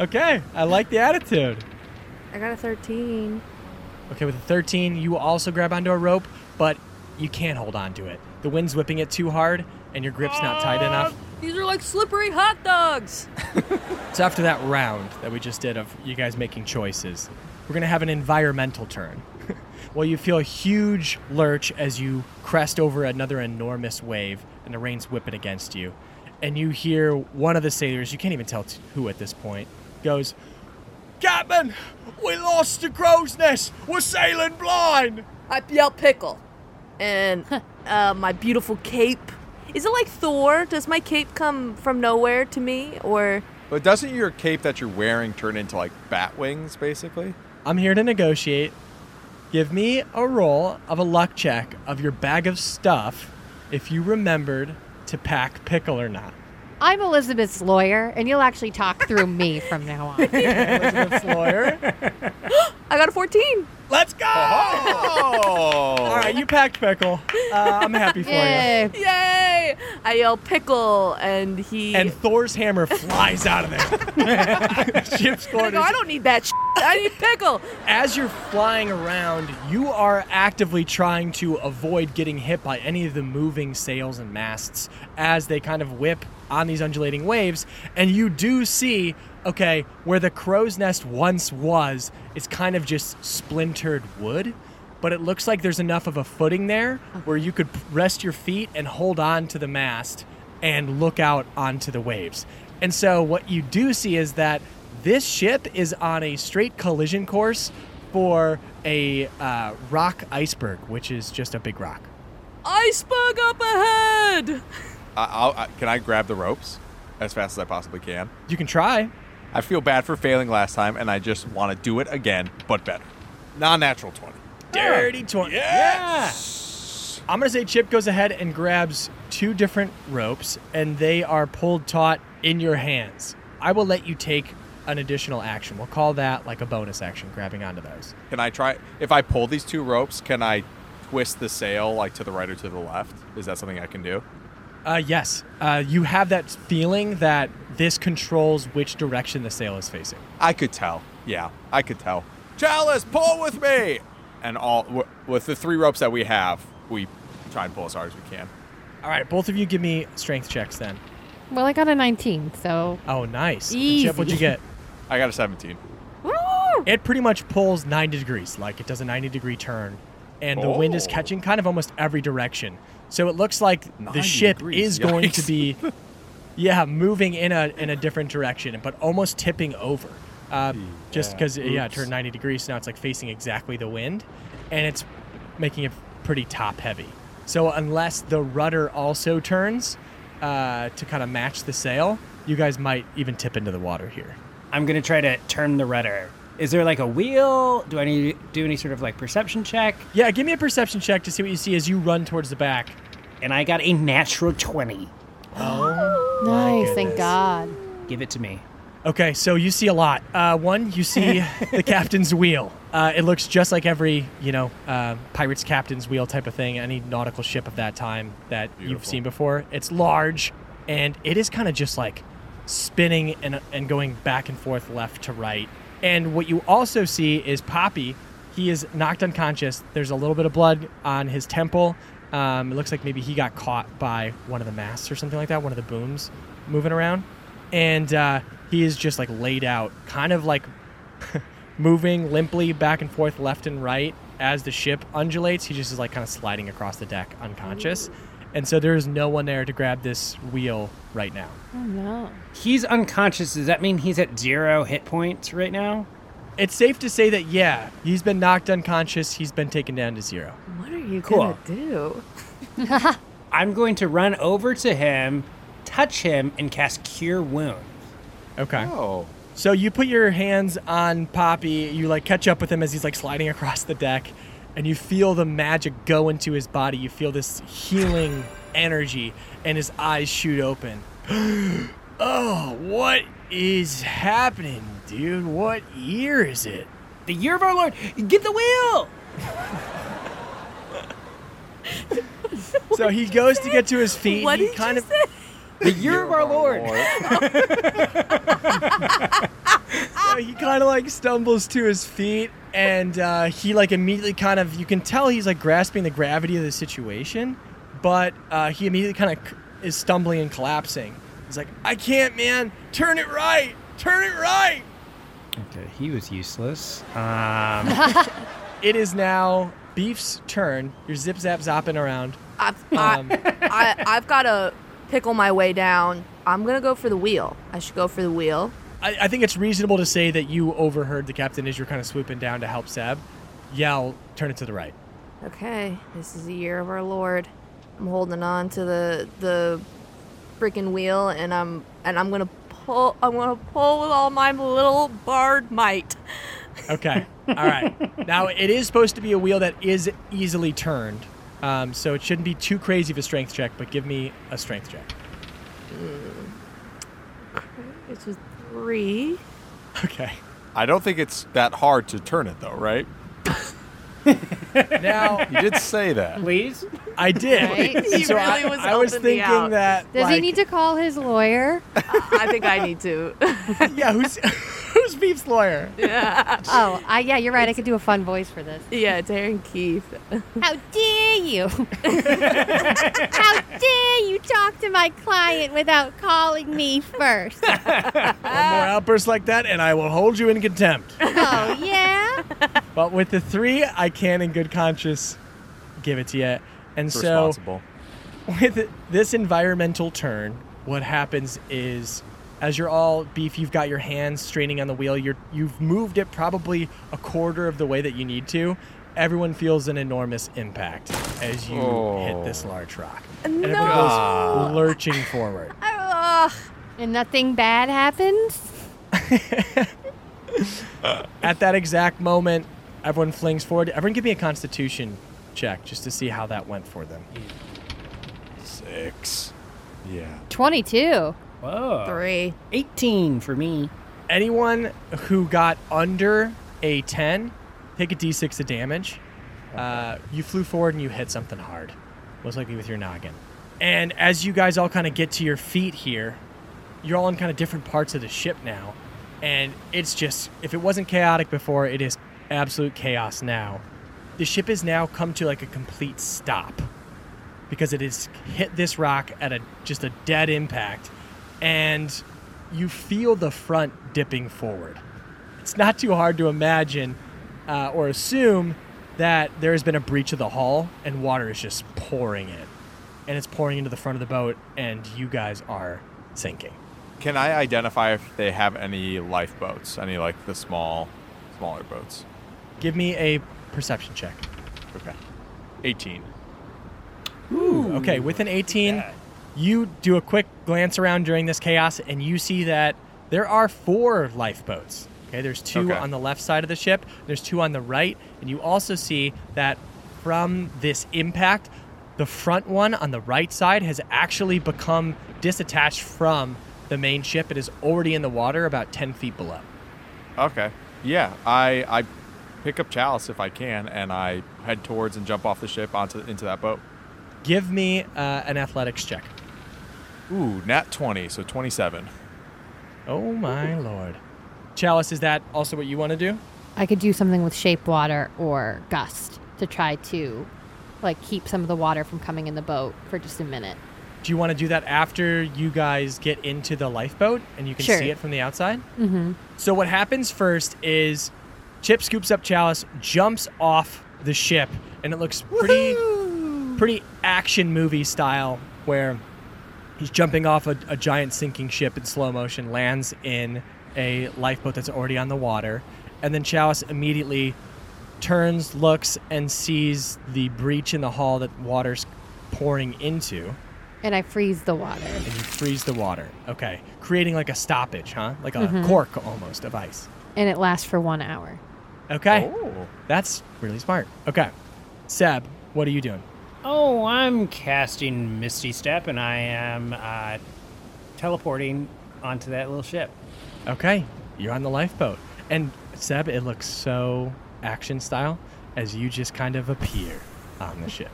Okay, I like the attitude.
I got a 13.
Okay, with a 13, you also grab onto a rope, but you can't hold on to it. The wind's whipping it too hard, and your grip's not tight enough.
These are like slippery hot dogs.
So after that round that we just did of you guys making choices, we're gonna have an environmental turn. well, you feel a huge lurch as you crest over another enormous wave, and the rain's whipping against you, and you hear one of the sailors. You can't even tell t- who at this point goes. Captain, we lost the crow's nest. We're sailing blind.
I yell pickle, and uh, my beautiful cape. Is it like Thor? Does my cape come from nowhere to me, or
But doesn't your cape that you're wearing turn into like bat wings, basically?
I'm here to negotiate. Give me a roll of a luck check of your bag of stuff if you remembered to pack pickle or not.
I'm Elizabeth's lawyer, and you'll actually talk through me from now on.
Elizabeth's lawyer.
I got a 14?
Let's go!
Oh.
All right, you packed pickle. Uh, I'm happy for you.
Yay.
Yay! I yell pickle, and he.
And Thor's hammer flies out of there. Ship's
I go,
quarters.
I don't need that. Shit. I need pickle.
As you're flying around, you are actively trying to avoid getting hit by any of the moving sails and masts as they kind of whip on these undulating waves. And you do see, okay, where the crow's nest once was, it's kind of just splintered wood. But it looks like there's enough of a footing there where you could rest your feet and hold on to the mast and look out onto the waves. And so what you do see is that this ship is on a straight collision course for a uh, rock iceberg, which is just a big rock.
Iceberg up ahead.
I, I'll, I, can I grab the ropes as fast as I possibly can?
You can try.
I feel bad for failing last time, and I just want to do it again, but better. Non-natural twenty.
Dirty 20. Yeah. I'm going to say Chip goes ahead and grabs two different ropes, and they are pulled taut in your hands. I will let you take an additional action. We'll call that like a bonus action, grabbing onto those.
Can I try? If I pull these two ropes, can I twist the sail like to the right or to the left? Is that something I can do?
Uh, yes. Uh, you have that feeling that this controls which direction the sail is facing.
I could tell. Yeah, I could tell. Chalice, pull with me! And all w- with the three ropes that we have, we try and pull as hard as we can.
All right, both of you give me strength checks then.
Well, I got a 19, so
Oh, nice.
Easy.
Chip, what'd you get?
I got a seventeen.
It pretty much pulls 90 degrees, like it does a 90 degree turn. And the wind is
Oh.
catching kind of almost every direction. So it looks like the
90
ship
degrees,
is going to
yikes.
be, yeah, moving in a in a different direction, but almost tipping over. Uh, just because, yeah, it turned 90 degrees, so now it's like facing exactly the wind. And it's making it pretty top heavy. So unless the rudder also turns uh, to kind of match the sail, you guys might even tip into the water here.
I'm gonna try to turn the rudder. Is there like a wheel? Do I need to do any sort of like perception check?
Yeah, give me a perception check to see what you see as you run towards the back.
And I got a natural twenty.
nice, thank God.
Give it to me.
Okay, so you see a lot. Uh, one, you see the captain's wheel. Uh, it looks just like every, you know, uh, pirate's captain's wheel type of thing, any nautical ship of that time that you've seen before. It's large, and it is kind of just like spinning and, and going back and forth left to right. And what you also see is Poppy. He is knocked unconscious. There's a little bit of blood on his temple. Um, it looks like maybe he got caught by one of the masts or something like that, one of the booms moving around. And uh, he is just like laid out, kind of like moving limply back and forth left and right as the ship undulates. He just is like kind of sliding across the deck unconscious. And so there is no one there to grab this wheel right now.
Oh no.
He's unconscious. Does that mean he's at zero hit points right now?
It's safe to say that, yeah, he's been knocked unconscious. He's been taken down to zero.
What are you
Cool.
gonna do?
I'm going to run over to him, touch him, and cast Cure Wound.
Okay.
Oh.
So you put your hands on Poppy, you like catch up with him as he's like sliding across the deck, and you feel the magic go into his body. You feel this healing energy, and his eyes shoot open. oh, what is happening, dude? What year is it?
The year of our Lord, get the wheel!
so he goes to get to his feet.
What
and he
did
kind
you
of
say?
The year of our Lord.
So he kind of like stumbles to his feet and uh, he like immediately kind of you can tell he's like grasping the gravity of the situation but uh, he immediately kind of c- is stumbling and collapsing he's like i can't man turn it right turn it right
Okay, he was useless. Um,
it is now beef's turn you're zip zap zopping around
I've, I,
Um.
I, I've got to pickle my way down. I'm gonna go for the wheel. I should go for the wheel.
I, I think it's reasonable to say that you overheard the captain as you're kind of swooping down to help seb yell turn it to the right
Okay, this is the year of our Lord. I'm holding on to the the freaking wheel, and I'm and I'm gonna pull. I'm gonna pull with all my little bard might.
Okay. All right. now it is supposed to be a wheel that is easily turned, um, so it shouldn't be too crazy of a strength check. But give me a strength check.
It's a three.
Okay.
I don't think it's that hard to turn it though, right?
Now
You did say that.
please?
I did.
Right?
And
He
so I,
really was
I was
helping me
thinking
out.
that.
Does he
like,
need to call his lawyer?
I think I need to.
Yeah. Who's who's Beef's lawyer?
Oh, I, yeah, you're right. I could do a fun voice for this.
yeah, it's Aaron Keith.
How dare you? How dare you talk to my client without calling me first?
One more outburst like that, and I will hold you in contempt.
Oh, yeah?
but with the three, I can, in good conscience, give it to you. And
It's
so.
responsible.
with this environmental turn, what happens is as you're all beef, you've got your hands straining on the wheel. You're you've moved it probably a quarter of the way that you need to. Everyone feels an enormous impact as you hit this large rock, and everyone goes lurching forward.
Ugh.
And nothing bad happens?
At that exact moment, everyone flings forward. Everyone, give me a Constitution check just to see how that went for them.
Six. Yeah.
22.
Whoa.
Three.
18 for me.
anyone who got under a 10 take a d6 of damage uh, you flew forward and you hit something hard most likely with your noggin and as you guys all kind of get to your feet here you're all in kind of different parts of the ship now and it's just if it wasn't chaotic before it is absolute chaos now the ship has now come to like a complete stop because it has hit this rock at a just a dead impact and you feel the front dipping forward it's not too hard to imagine uh, or assume that there has been a breach of the hull and water is just pouring in and it's pouring into the front of the boat and you guys are sinking
Can I identify if they have any lifeboats? Any like the small, smaller boats?
give me a perception check
Okay. 18.
Okay, with an 18, you do a quick glance around during this chaos and you see that there are four lifeboats. Okay, there's two
Okay.
on the left side of the ship, there's two on the right, and you also see that from this impact, the front one on the right side has actually become disattached from the main ship. It is already in the water about 10 feet below.
Okay. Yeah, I I pick up Chalice if I can, and I head towards and jump off the ship onto into that boat.
Give me uh, an athletics check.
Ooh, nat 20, so 27.
Oh my lord. Chalice, is that also what you want to do?
I could do something with shape water or gust to try to like keep some of the water from coming in the boat for just a minute.
Do you want to do that after you guys get into the lifeboat and you can
Sure.
see it from the outside? Mm-hmm. So what happens first is Chip scoops up Chalice, jumps off the ship, and it looks pretty pretty action movie style where he's jumping off a, a giant sinking ship in slow motion, lands in a lifeboat that's already on the water, and then Chalice immediately turns, looks, and sees the breach in the hull that water's pouring into,
And I freeze the water.
and you freeze the water. Okay, creating like a stoppage, huh? Like a cork almost of ice.
And it lasts for one hour.
Okay, that's really smart. Okay, Seb, what are you doing?
Oh, I'm casting Misty Step, and I am uh, teleporting onto that little ship.
Okay, you're on the lifeboat. And Seb, it looks so action style as you just kind of appear on the ship.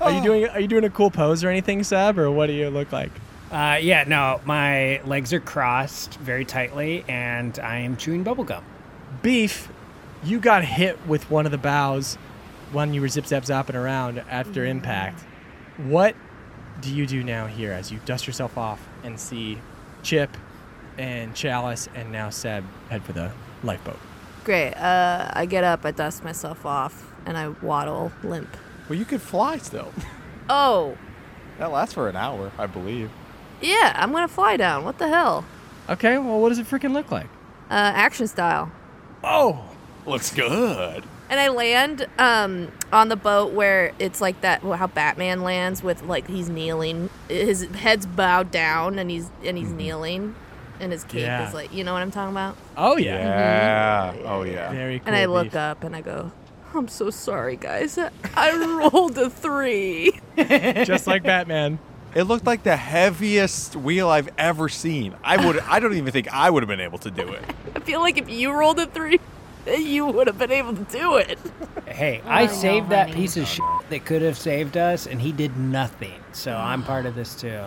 Are you doing are you doing a cool pose or anything, Seb, or what do you look like?
Uh, yeah, no, my legs are crossed very tightly, and I am chewing bubblegum.
Beef, you got hit with one of the bows when you were zip zap zapping around after impact. What do you do now here as you dust yourself off and see Chip and Chalice and now Seb head for the lifeboat?
Great. Uh, I get up, I dust myself off, and I waddle limp.
Well, you could fly still.
Oh,
That lasts for an hour, I believe.
yeah, I'm gonna fly down. What the hell?
Okay, well what does it freaking look like?
Uh, action style.
Oh,
Looks good.
And I land um, on the boat where it's like that, how Batman lands with like he's kneeling, his head's bowed down, and he's and he's kneeling, and his cape
Mm-hmm. Yeah.
is like, you know what I'm talking about.
Oh yeah.
Yeah. Oh yeah.
Very cool.
And I look
beef.
up and I go, I'm so sorry, guys. I rolled a three.
just like Batman.
It looked like the heaviest wheel I've ever seen. I would. I don't even think I would have been able to do it.
I feel like if you rolled a three, you would have been able to do it.
Hey, I
no,
saved that
honey.
piece of shit that could have saved us, and he did nothing. So I'm part of this too.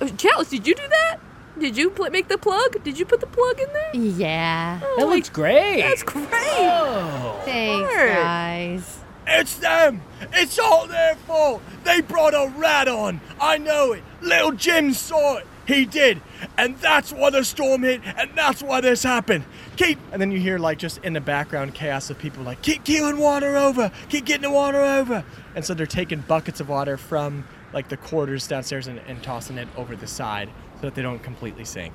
Oh.
Chalice, did you do that? Did you pl- make the plug? Did you put the plug in there?
Yeah.
That looks great.
That's great.
Oh.
Thanks,
Alright.
guys.
It's them. It's all their fault. They brought a rat on. I know it. Little Jim saw it. He did. And that's why the storm hit. And that's why this happened. Keep. And then you hear like just in the background chaos of people like keep keeling water over. Keep getting the water over. And so they're taking buckets of water from like the quarters downstairs and, and tossing it over the side so that they don't completely sink.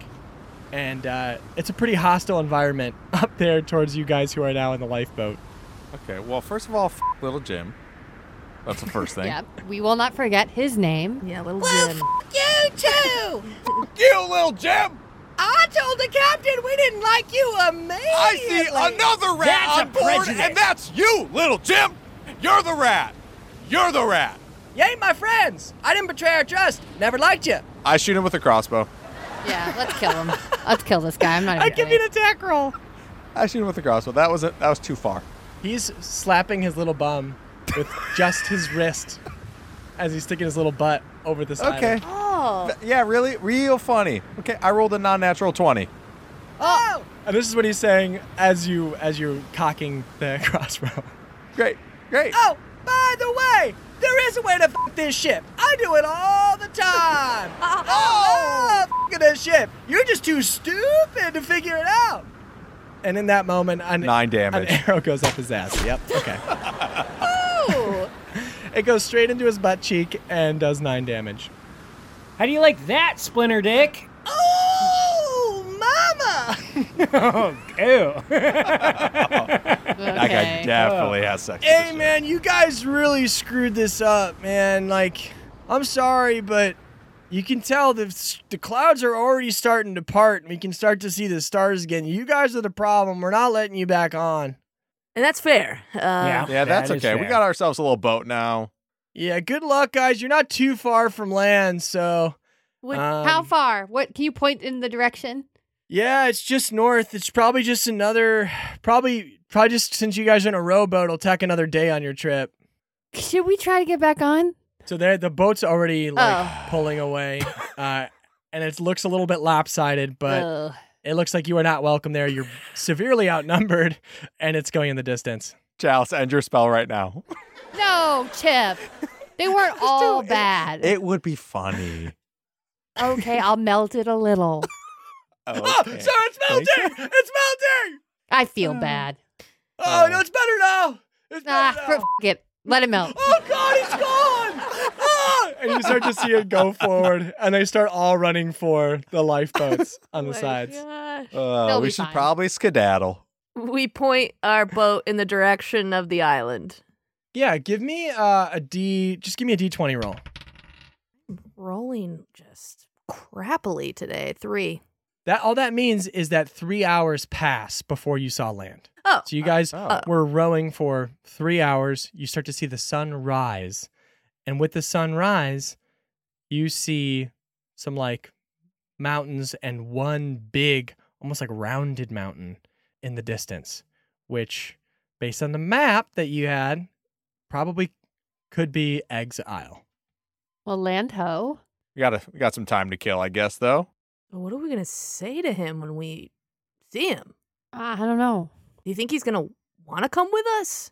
And uh, it's a pretty hostile environment up there towards you guys who are now in the lifeboat.
Okay. Well, first of all, f- little Jim. That's the first thing.
Yep. We will not forget his name.
Yeah, little Jim.
You too!
You little Jim.
I told the captain we didn't like you immediately.
I see another rat
That's
on
a
board,
prejudice.
and that's you, little Jim. You're the rat. You're the rat.
Yay, my friends! I didn't betray our trust. Never liked you.
I shoot him with a crossbow.
Yeah, let's kill him. let's kill this guy. I'm not even.
give
gonna-
you an attack roll.
I shoot him with a crossbow. That was it. That was too far.
He's slapping his little bum with just his wrist as he's sticking his little butt over the side.
Okay.
Oh,
Th- Yeah, really, real funny. Okay, I rolled a non-natural twenty.
And this is what he's saying as you as you're cocking the crossbow.
Great, great.
Oh, by the way, there is a way to f- this ship. I do it all the time. oh, f- this ship. You're just too stupid to figure it out. And in that moment, an,
Nine damage.
An arrow goes up his ass. Yep. Okay. it goes straight into his butt cheek and does nine damage.
How do you like that, Splinter Dick? Oh, mama! oh, ew.
That guy
Okay.
definitely has sex. with this
Hey,
shit.
man, you guys really screwed this up, man. Like, I'm sorry, but you can tell the the clouds are already starting to part, and we can start to see the stars again. You guys are the problem. We're not letting you back on.
and that's fair. Uh, yeah.
Yeah, that's
That is
okay. We
fair.
got ourselves a little boat now.
Yeah, good luck, guys. You're not too far from land, so
What-
Um,
how far? What can you point in the direction?
yeah, it's just north. It's probably just another, probably, probably just since you guys are in a rowboat, it'll tack another day on your trip.
Should we try to get back on?
So there, the boat's already like
Oh.
pulling away, uh, and it looks a little bit lopsided, but
Ugh.
it looks like you are not welcome there. You're severely outnumbered, and it's going in the distance.
Chalice, end your spell right now.
no, Chip. They weren't all bad.
It would be funny.
okay, I'll melt it a little.
Oh, Okay.
Oh, it's
melting!
It's melting!
I feel bad.
Oh Uh, no, it's better now. It's
Ah, for, f- it. Let it melt.
oh god, it's gone! Ah! And you start to see it go forward, and they start all running for the lifeboats
oh
Oh
on the sides.
Uh,
be
we should
fine.
probably skedaddle.
We point our boat in the direction of the island.
Yeah, give me uh, a D. Just give me a D twenty roll.
Rolling just crappily today. Three.
That all that means is that three hours pass before you saw land.
Oh.
So you guys
Oh.
were rowing for three hours. You start to see the sun rise, and with the sunrise, you see some like mountains and one big, almost like rounded mountain in the distance, which, based on the map that you had, probably could be Eggs Isle.
Well, land ho.
We got a, we got some time to kill, I guess. Though
What are we gonna say to him when we see him?
Ah, I don't know.
Do you think he's gonna want to come with us?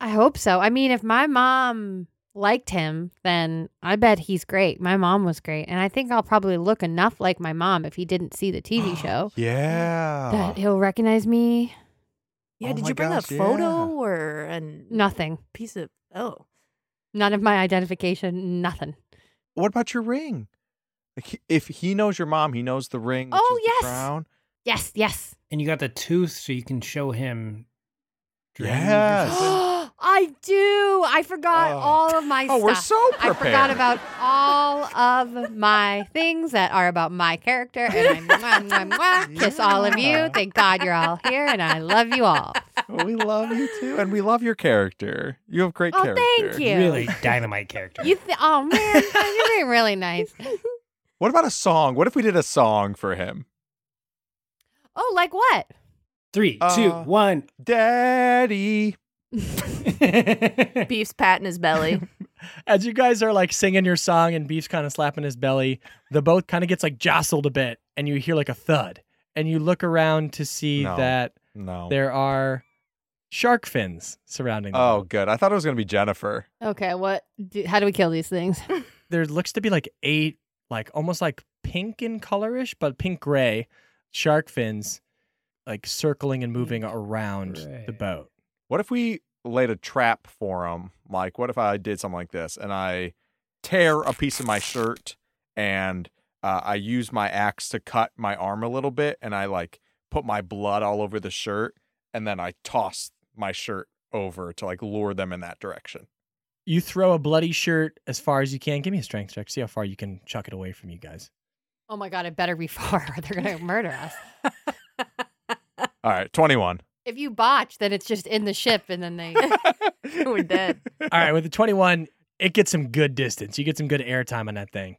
I hope so. I mean, if my mom liked him, then I bet he's great. My mom was great. And I think I'll probably look enough like my mom if he didn't see the TV show
yeah,
that he'll recognize me.
Yeah.
Oh
did
my
you bring
gosh,
a photo
yeah.
or an
Nothing.
piece of? Oh,
None of my identification. Nothing.
what about your ring? Like, he- if he knows your mom, he knows the ring. Which
Oh,
is the
yes.
crown.
Yes, yes.
And you got the tooth so you can show him. dreams or
Yes.
something.
I do. I forgot
Oh.
all of my
Oh,
stuff.
we're so
I forgot
prepared.
about all of my things that are about my character. And I mwah, mwah, mwah, kiss all of you.
Yeah.
Thank God you're all here. And I love you all.
we love you too, and we love your character. You have great
Oh,
character.
thank you.
Really dynamite character.
You th- oh man, you're being really nice.
What about a song? What if we did a song for him?
Oh, like what?
Three, two,
Uh,
one.
Daddy.
beef's pat in his belly.
As you guys are like singing your song and Beef's kind of slapping his belly, the boat kind of gets like jostled a bit and you hear like a thud. And you look around to see
No.
that
No.
there are shark fins surrounding the
Oh,
boat.
good. I thought it was gonna be Jennifer.
Okay, what? Do, how do we kill these things?
There looks to be like eight, like almost like pink in colorish, but pink gray shark fins like circling and moving around the
gray.
boat.
What if we laid a trap for him? Like, what if I did something like this and I tear a piece of my shirt and uh, I use my axe to cut my arm a little bit and I like put my blood all over the shirt and then I toss my shirt over to like lure them in that direction.
You throw a bloody shirt as far as you can. Give me a strength check. See how far you can chuck it away from you guys.
Oh my god, it better be far, or they're gonna murder us.
All right, 21.
If you botch, then it's just in the ship, and then they.
We're dead.
All right, with the 21, it gets some good distance. You get some good air time on that thing.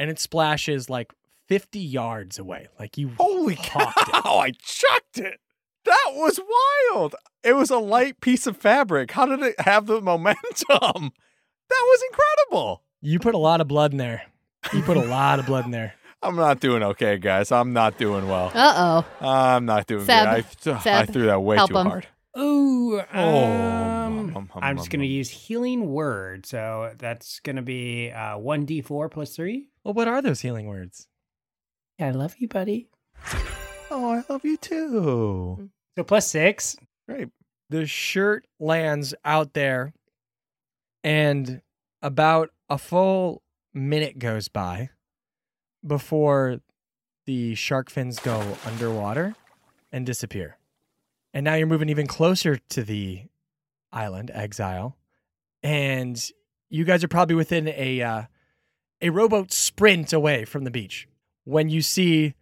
And it splashes like 50 yards away. Like you
Holy cow!
hawked it.
I chucked it. That was wild. It was a light piece of fabric. How did it have the momentum? That was incredible.
You put a lot of blood in there. You put a lot of blood in there.
I'm not doing okay, guys. I'm not doing well.
Uh oh.
I'm not
Seb,
doing good. I, I
Seb,
threw that way
help
too
him.
hard.
Ooh,
oh, um,
um, I'm just gonna use healing word, so that's gonna be uh, one d4 plus three.
Well, what are those healing words?
I love you, buddy.
Oh, I love you too.
So plus six.
Great.
The shirt lands out there, and about a full minute goes by before the shark fins go underwater and disappear. And now you're moving even closer to the island, Exile, and you guys are probably within a uh, a rowboat sprint away from the beach when you see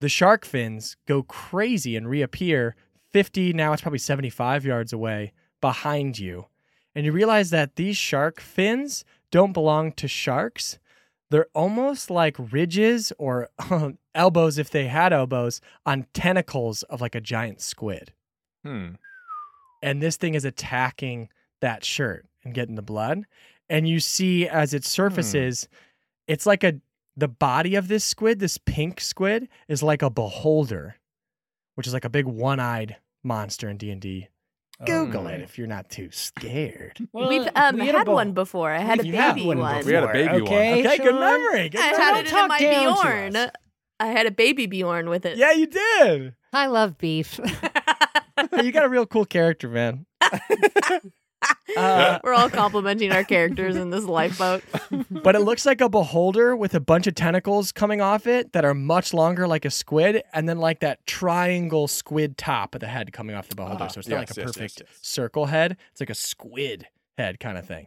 the shark fins go crazy and reappear 50 now it's probably 75 yards away behind you and you realize that these shark fins don't belong to sharks they're almost like ridges or um, elbows if they had elbows on tentacles of like a giant squid
Hmm.
and this thing is attacking that shirt and getting the blood and you see as
Hmm.
it surfaces it's like a the body of this squid this pink squid is like a beholder which is like a big one-eyed monster in d&d google
Oh.
it if you're not too scared
Well,
We've um,
we
had
a bo-
one before. I had a
You had
baby
one
one.
We had a
before,
baby one.
okay,
okay good
Sean?
memory good
I
memory.
had
Don't
it in
talk
my
down to
Bjorn.
us.
I had a baby Bjorn with it.
yeah you did
I love beef.
you got a real cool character man Uh,
We're all complimenting our characters in this lifeboat.
but it looks like a beholder with a bunch of tentacles coming off it that are much longer, like a squid, and then like that triangle squid top of the head coming off the beholder.
Ah,
so it's not
yes,
like a
yes, yes,
perfect
yes.
circle head; it's like a squid head kind of thing,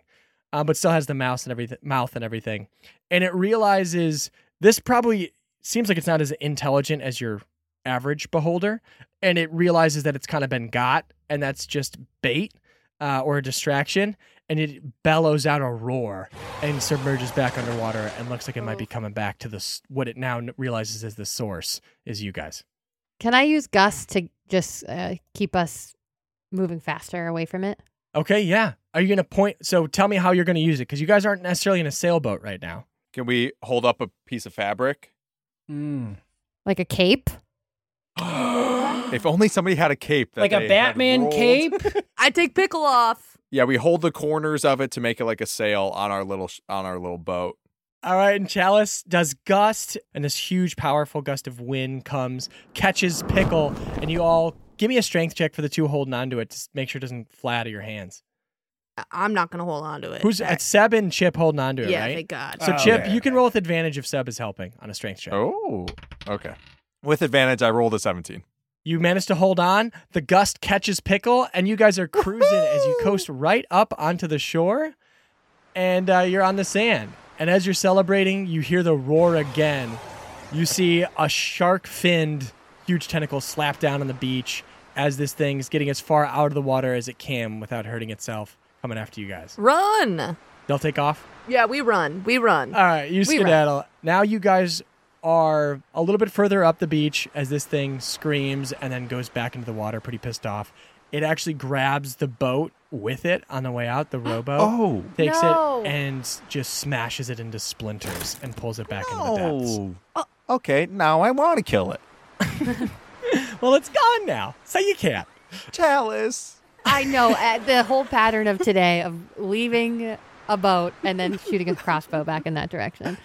um, but still has the mouse and everything, mouth and everything. And it realizes this probably seems like it's not as intelligent as your average beholder, and it realizes that it's kind of been got, and that's just bait uh, or a distraction. And it bellows out a roar and submerges back underwater and looks like it might be coming back to the s- what it now n- realizes is the source is you guys.
Can I use Gus to just uh, keep us moving faster away from it?
Okay, yeah. Are you gonna point? So tell me how you're gonna use it because you guys aren't necessarily in a sailboat right now.
Can we hold up a piece of fabric?
Mm.
Like a cape?
If only somebody had a cape, that
Like
they
a
had
Batman
rolled.
cape?
I take pickle off.
Yeah, we hold the corners of it to make it like a sail on our little sh- on our little boat.
All right, and Chalice does gust, and this huge, powerful gust of wind comes, catches Pickle, and you all give me a strength check for the two holding onto it. Just make sure it doesn't fly out of your hands.
I- I'm not gonna hold on to it.
Who's at Seb and Chip holding onto it,
Uh, yeah,
right?
thank God.
So
Oh,
Chip,
okay,
you can roll with advantage if Seb is helping on a strength check.
Oh, okay. With advantage, I rolled a seventeen.
You manage to hold on. The gust catches Pickle, and you guys are cruising as you coast right up onto the shore, and uh, you're on the sand. And as you're celebrating, you hear the roar again. You see a shark finned, huge tentacle slap down on the beach as this thing's getting as far out of the water as it can without hurting itself, coming after you guys.
Run.
They'll take off.
Yeah, we run. We run.
All right, you
We
skedaddle. Now you guys are a little bit further up the beach as this thing screams and then goes back into the water, pretty pissed off. It actually grabs the boat with it on the way out, the rowboat.
Oh.
Takes
No.
it and just smashes it into splinters and pulls it back into the depths.
Oh, okay. Now I want to kill it,
Well, it's gone now, so you can't.
Chalice.
I know uh, the whole pattern of today of leaving a boat and then shooting a crossbow back in that direction.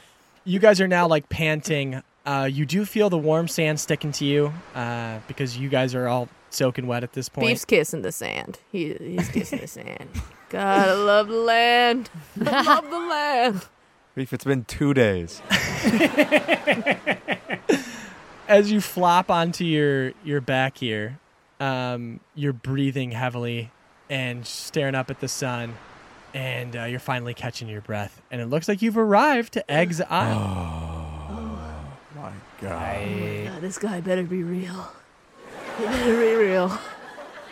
You guys are now like panting. Uh, you do feel the warm sand sticking to you uh, because you guys are all soaking wet at this point.
Beef's kissing the sand. He, he's kissing the sand. God, I love the land. I love the land.
Beef, it's been two days.
as you flop onto your your back here, um, you're breathing heavily and staring up at the sun, and uh, you're finally catching your breath. And it looks like you've arrived to Egg's Isle.
My God,
God, this guy better be real. He better be real.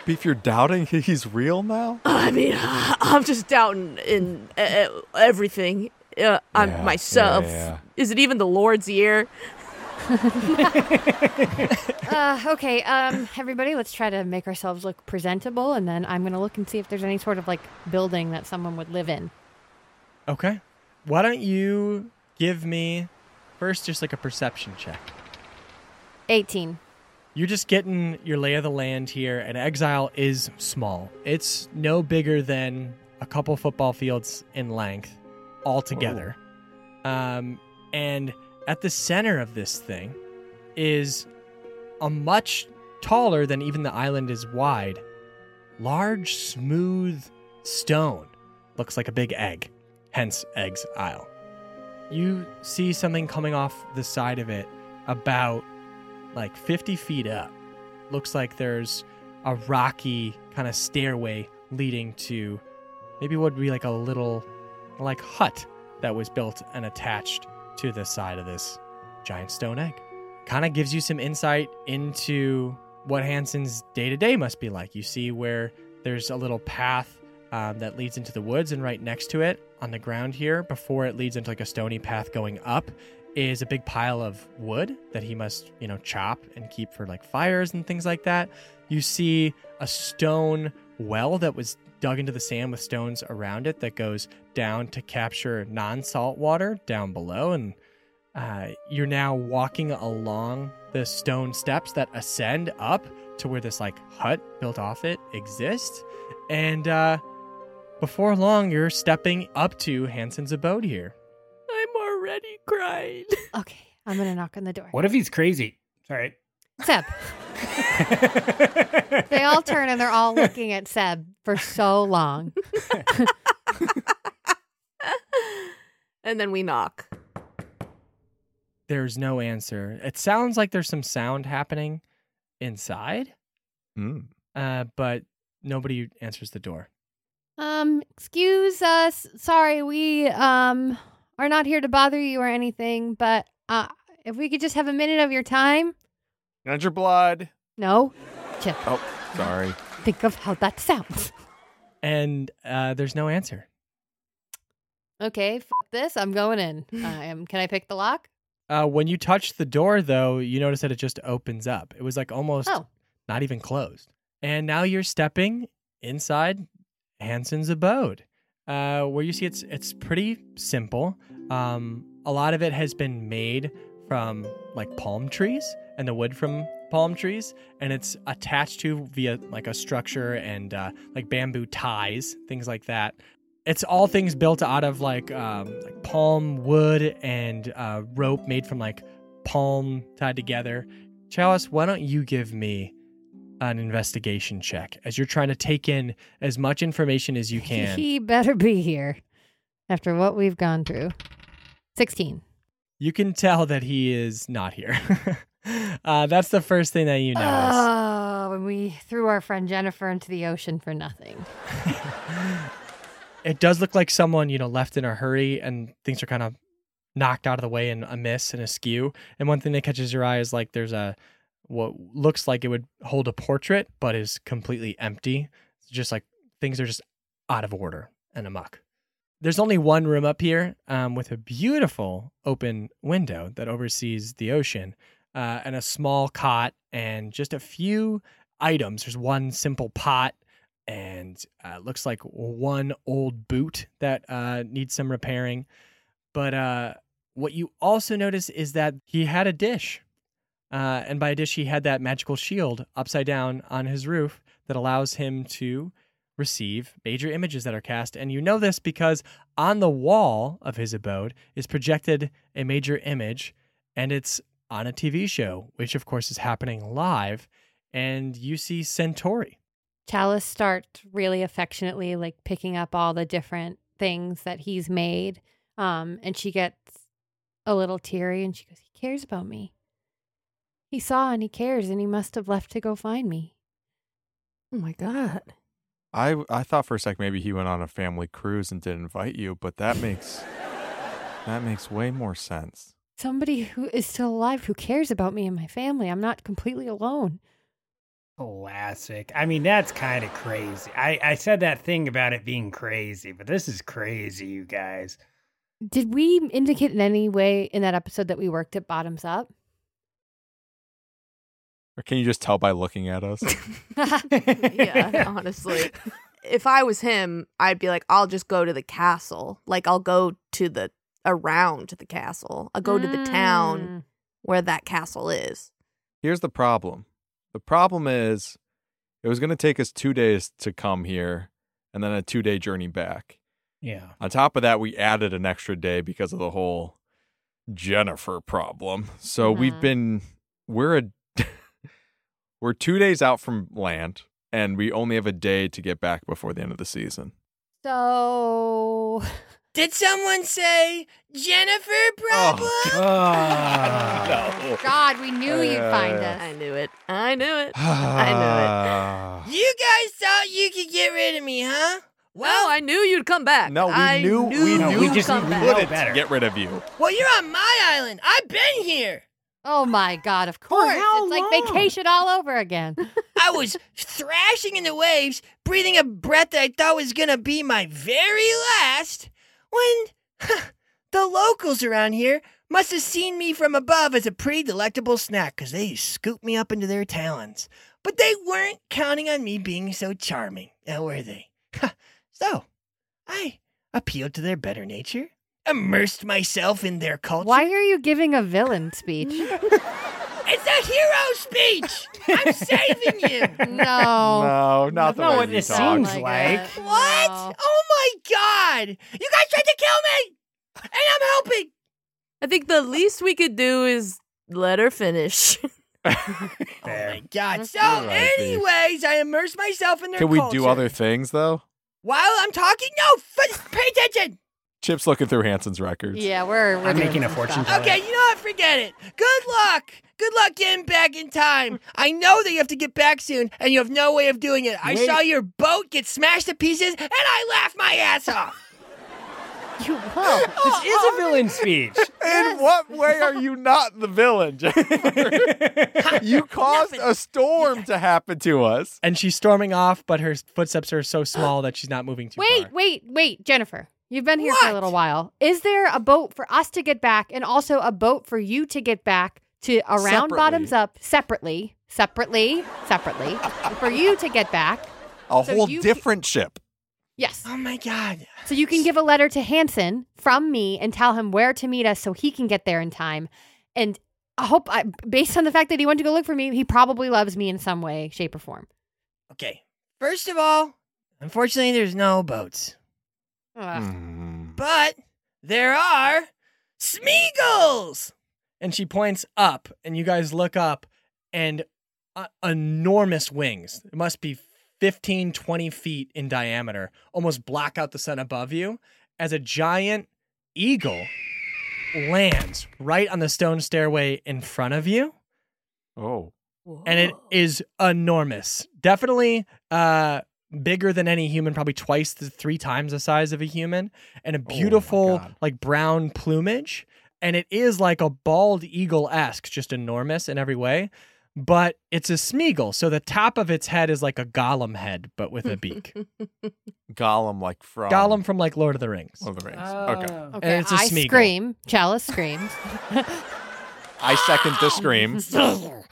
Beef, you're doubting he- he's real now.
I mean, I'm just doubting in uh, everything. Uh, I'm
Yeah,
myself.
yeah, yeah.
Is it even the Lord's year?
Uh, okay, um, everybody, let's try to make ourselves look presentable, and then I'm gonna look and see if there's any sort of like building that someone would live in.
Okay, why don't you give me first just like a perception check?
18.
You're just getting your lay of the land here, and Exile is small. It's no bigger than a couple football fields in length altogether. Um, and at the center of this thing is a much taller than even the island is wide, large, smooth stone. Looks like a big egg, hence Egg's Isle. You see something coming off the side of it about like 50 feet up. Looks like there's a rocky kind of stairway leading to maybe what would be like a little like hut that was built and attached to the side of this giant stone egg. Kind of gives you some insight into what Hanson's day to day must be like. You see where there's a little path um, that leads into the woods, and right next to it on the ground here, before it leads into like a stony path going up, is a big pile of wood that he must, you know, chop and keep for like fires and things like that. You see a stone well that was dug into the sand with stones around it that goes down to capture non salt water down below. And uh, you're now walking along the stone steps that ascend up to where this like hut built off it exists. And uh, before long, you're stepping up to Hanson's abode here.
I'm already crying.
Okay, I'm gonna knock on the door.
What if he's crazy? Sorry.
Seb, They all turn and they're all looking at Seb for so long.
and then we knock.
There's no answer. It sounds like there's some sound happening inside,
Mm.
uh, but nobody answers the door.
Um, excuse us. Sorry, we um are not here to bother you or anything, but uh if we could just have a minute of your time.
Not your blood.
No. Chip,
Oh, sorry.
think of how that sounds.
And uh, there's no answer.
Okay, f- this. I'm going in. I am can I pick the lock?
Uh, when you touch the door, though, you notice that it just opens up. It was like almost
Oh.
not even closed. And now you're stepping inside Hanson's abode, uh, where you see it's it's pretty simple. Um, a lot of it has been made from like palm trees and the wood from palm trees, and it's attached to via like a structure and uh, like bamboo ties, things like that. It's all things built out of like um, like palm wood and uh, rope made from like palm tied together. Chalice, why don't you give me an investigation check as you're trying to take in as much information as you can.
He better be here after what we've gone through. 16.
you can tell that he is not here. uh, that's the first thing that you notice.
Oh, when we threw our friend Jennifer into the ocean for nothing.
it does look like someone you know left in a hurry and things are kind of knocked out of the way and amiss and askew and one thing that catches your eye is like there's a what looks like it would hold a portrait but is completely empty it's just like things are just out of order and amok there's only one room up here um, with a beautiful open window that oversees the ocean uh, and a small cot and just a few items there's one simple pot and uh, it looks like one old boot that uh, needs some repairing. But uh, what you also notice is that he had a dish. Uh, and by a dish, he had that magical shield upside down on his roof that allows him to receive major images that are cast. And you know this because on the wall of his abode is projected a major image, and it's on a TV show, which of course is happening live. And you see Centauri.
Chalice starts really affectionately like picking up all the different things that he's made. Um, and she gets a little teary and she goes, He cares about me. He saw and he cares, and he must have left to go find me.
Oh my god.
I I thought for a sec maybe he went on a family cruise and didn't invite you, but that makes that makes way more sense.
Somebody who is still alive who cares about me and my family. I'm not completely alone.
Classic. I mean, that's kind of crazy. I, I said that thing about it being crazy, but this is crazy, you guys.
Did we indicate in any way in that episode that we worked at Bottoms Up?
Or can you just tell by looking at us?
Yeah, honestly. If I was him, I'd be like, I'll just go to the castle. Like I'll go to the around the castle. I'll go to the
Mm.
town where that castle is.
Here's the problem. The problem is it was going to take us 2 days to come here and then a 2-day journey back.
Yeah.
Oh
On top of that, we added an extra day because of the whole Jennifer problem. So we've
Mm-hmm.
Mhm.
been we're a we're 2 days out from land and we only have a day to get back before the end of the season.
So
Did someone say Jennifer
problem?
Oh,
No.
God, we knew you'd find
Uh,
us.
I knew it. I knew it.
I know
You guys thought you could get rid of me, huh?
Well, I knew you'd come back.
No, we
I
knew-
knew
we
No,
knew
we
you'd
just
come
we
back.
know
it.
better.
Get rid of you.
Well, you're on my island. I've been here.
Oh my God, of course.
how
it's like
long?
vacation all over again.
I was thrashing in the waves, breathing a breath that I thought was gonna be my very last, when the locals around here must have seen me from above as a pretty delectable snack, 'cause they scooped me up into their talons. But they weren't counting on me being so charming, now were they? so, I appealed to their better nature, immersed myself in their culture.
Why are you giving a villain speech?
It's a hero speech! I'm saving you!
No.
No, not the
No,
way
what
you
this
talk.
seems
Oh my
like.
God,
What?
no.
Oh my god! You guys tried to kill me! And I'm helping!
I think the least we could do is let her finish.
Oh my god. So,
All right, dude.
anyways, I immerse myself in their
Can we
culture.
do other things though?
While I'm talking, no, f- pay attention.
Chip's looking through Hanson's records.
Yeah, we're, we're
I'm
doing
making a
some
fortune
stuff.
teller.
Okay, you know what? Forget it. Good luck. Good luck getting back in time. I know that you have to get back soon, and you have no way of doing it. I
Wait.
saw your boat get smashed to pieces, and I laughed my ass off.
Uh, You will.
This is a villain speech.
In what way are you not the villain, Jennifer? you caused a storm to happen to us.
And she's storming off, but her footsteps are so small that she's not moving too
Wait,
far.
wait, wait, Jennifer. You've been here for a little while. Is there a boat for us to get back and also a boat for you to get back to around
Separately.
bottoms up separately? Separately, separately, for you to get back.
A
So
whole
you-
different ship.
Yes.
Oh my god.
So you can give a letter to Hanson from me and tell him where to meet us so he can get there in time. And I hope, I, based on the fact that he went to go look for me, he probably loves me in some way, shape, or form.
Okay. First of all, unfortunately, there's no boats,
Ugh.
Hmm.
but there are Smeagles.
And she points up, and you guys look up, and uh, enormous wings. It must be 15, 20 feet in diameter, almost block out the sun above you as a giant eagle lands right on the stone stairway in front of you.
Oh.
and it is enormous. Definitely uh bigger than any human, probably twice to three times the size of a human, and a
Oh my
beautiful
God.
like brown plumage. And it is like a bald eagle esque, just enormous in every way. But it's a smeagol, so the top of its head is like a golem head, but with a beak.
Gollum, like from.
golem from like Lord of the Rings.
Lord of the Rings. okay.
Oh.
Okay,
and it's a
I
Smeagol.
scream. Chalice screams.
I second the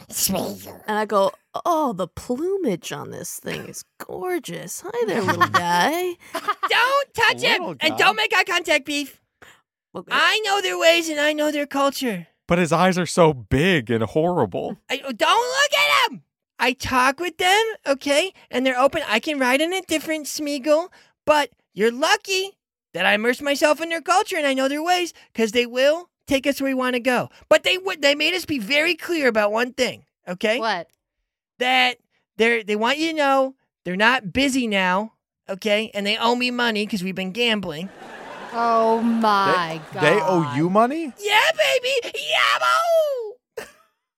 scream.
And I go, oh, the plumage on this thing is gorgeous. Hi there, little guy.
Don't touch him,
Little
and
guy.
don't make eye contact, beef.
Okay.
I know their ways, and I know their culture.
But his eyes are so big and horrible.
I, oh, don't look at him. I talk with them, okay? And they're open. I can ride in a different Smeagol, but you're lucky that I immersed myself in their culture and I know their ways because they will take us where we want to go. But they would. They made us be very clear about one thing, okay?
what?
That they are they want you to know they're not busy now, okay? And they owe me money because we've been gambling.
Oh
They-
my god.
They owe you money?
Yeah, baby. Yeah,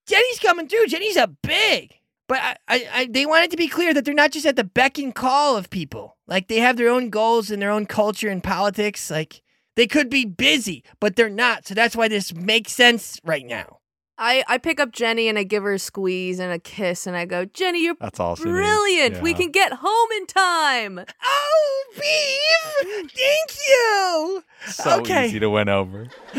Jenny's coming through. Jenny's a big. But I, I, I, they want it to be clear that they're not just at the beck and call of people. Like they have their own goals and their own culture and politics. Like they could be busy, but they're not. So that's why this makes sense right now.
I, I pick up Jenny and I give her a squeeze and a kiss and I go, Jenny, you're
That's all. she needs.
brilliant. We
Yeah.
can get home in time.
Oh, beef! Thank you.
So
okay.
easy to win over.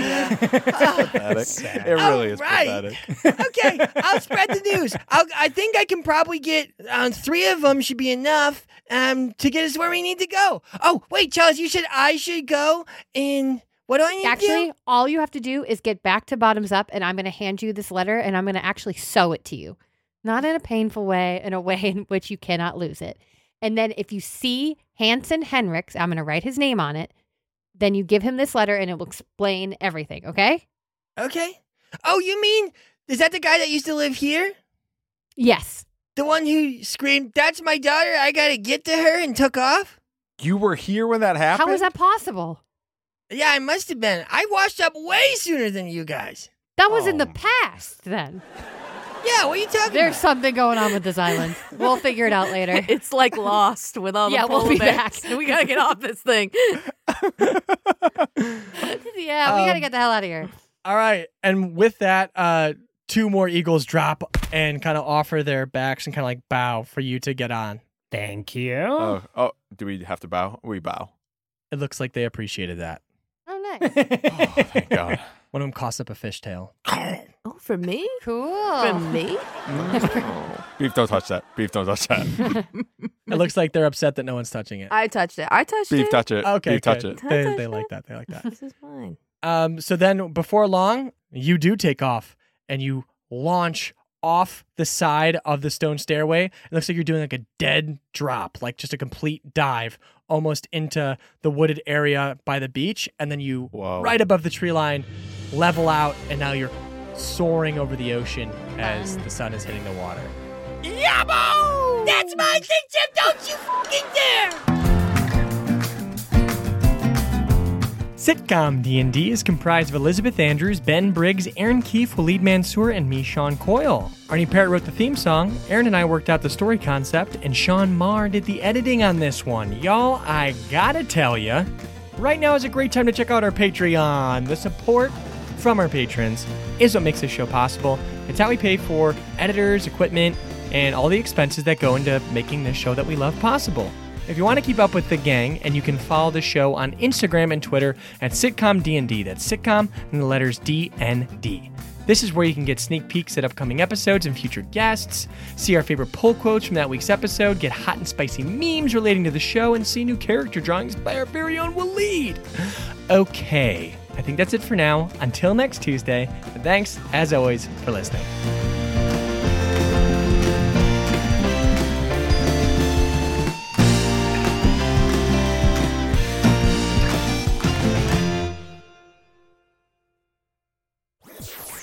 Pathetic.
Sad.
It really
All
is
right.
pathetic.
okay, I'll spread the news. I'll, I think I can probably get um, three of them should be enough um, to get us where we need to go. Oh, wait, Charles, you said I should go and what do I need to
Actually,
do?
all you have to do is get back to bottoms up, and I'm going to hand you this letter, and I'm going to actually sew it to you, not in a painful way, in a way in which you cannot lose it. And then if you see Hanson Henricks, I'm going to write his name on it. Then you give him this letter, and it will explain everything. Okay?
Okay. Oh, you mean is that the guy that used to live here?
Yes.
The one who screamed, "That's my daughter! I gotta get to her!" and took off.
You were here when that happened?
How is that possible?
Yeah, I must have been. I washed up way sooner than you guys.
That was in the
Oh.
past. Then
Yeah, what are you talking
there's
about?
something going on with this island. We'll figure it out later.
It's like lost with all the
Yeah, we'll
polar
be
bears.
back.
We gotta get off this thing.
yeah, we got to
Um,
get the hell out of here.
All right. And with that, uh, two more eagles drop and kind of offer their backs and kind of like bow for you to get on.
Thank you.
Oh, oh, do we have to bow? We bow.
It looks like they appreciated that.
Oh, nice.
Oh, thank God.
One of them coughs up a fishtail.
Oh, for me?
Cool.
For me?
Beef, don't touch that. Beef, don't touch that.
It looks like they're upset that no one's touching it.
I touched it. I touched
Beef,
it.
touch it.
Okay,
Beef, touch
good.
it.
They, they like that. They like that.
This is mine.
Um, so then, before long, you do take off and you launch off the side of the stone stairway. It looks like you're doing like a dead drop, like just a complete dive almost into the wooded area by the beach. And then you,
Whoa.
right above the tree line, level out, and now you're
soaring over the ocean as the sun is hitting the water.
Yabbo! That's my thing, Jim. Don't you fucking dare!
Sitcom D&D is comprised of Elizabeth Andrews, Ben Briggs, Aaron Keefe, Waleed Mansour, and me, Sean Coyle. Arnie Parrott wrote the theme song, Aaron and I worked out the story concept, and Sean Marr did the editing on this one. Y'all, I gotta tell ya, right now is a great time to check out our Patreon. The support from our patrons is what makes this show possible. It's how we pay for editors, equipment, and all the expenses that go into making this show that we love possible. If you want to keep up with the gang, and you can follow the show on Instagram and Twitter at sitcom DND. That's sitcom and the letters D N D. This is where you can get sneak peeks at upcoming episodes and future guests, see our favorite pull quotes from that week's episode, get hot and spicy memes relating to the show, and see new character drawings by our very own Waleed. Okay, I think that's it for now. Until next Tuesday, and thanks, as always, for listening.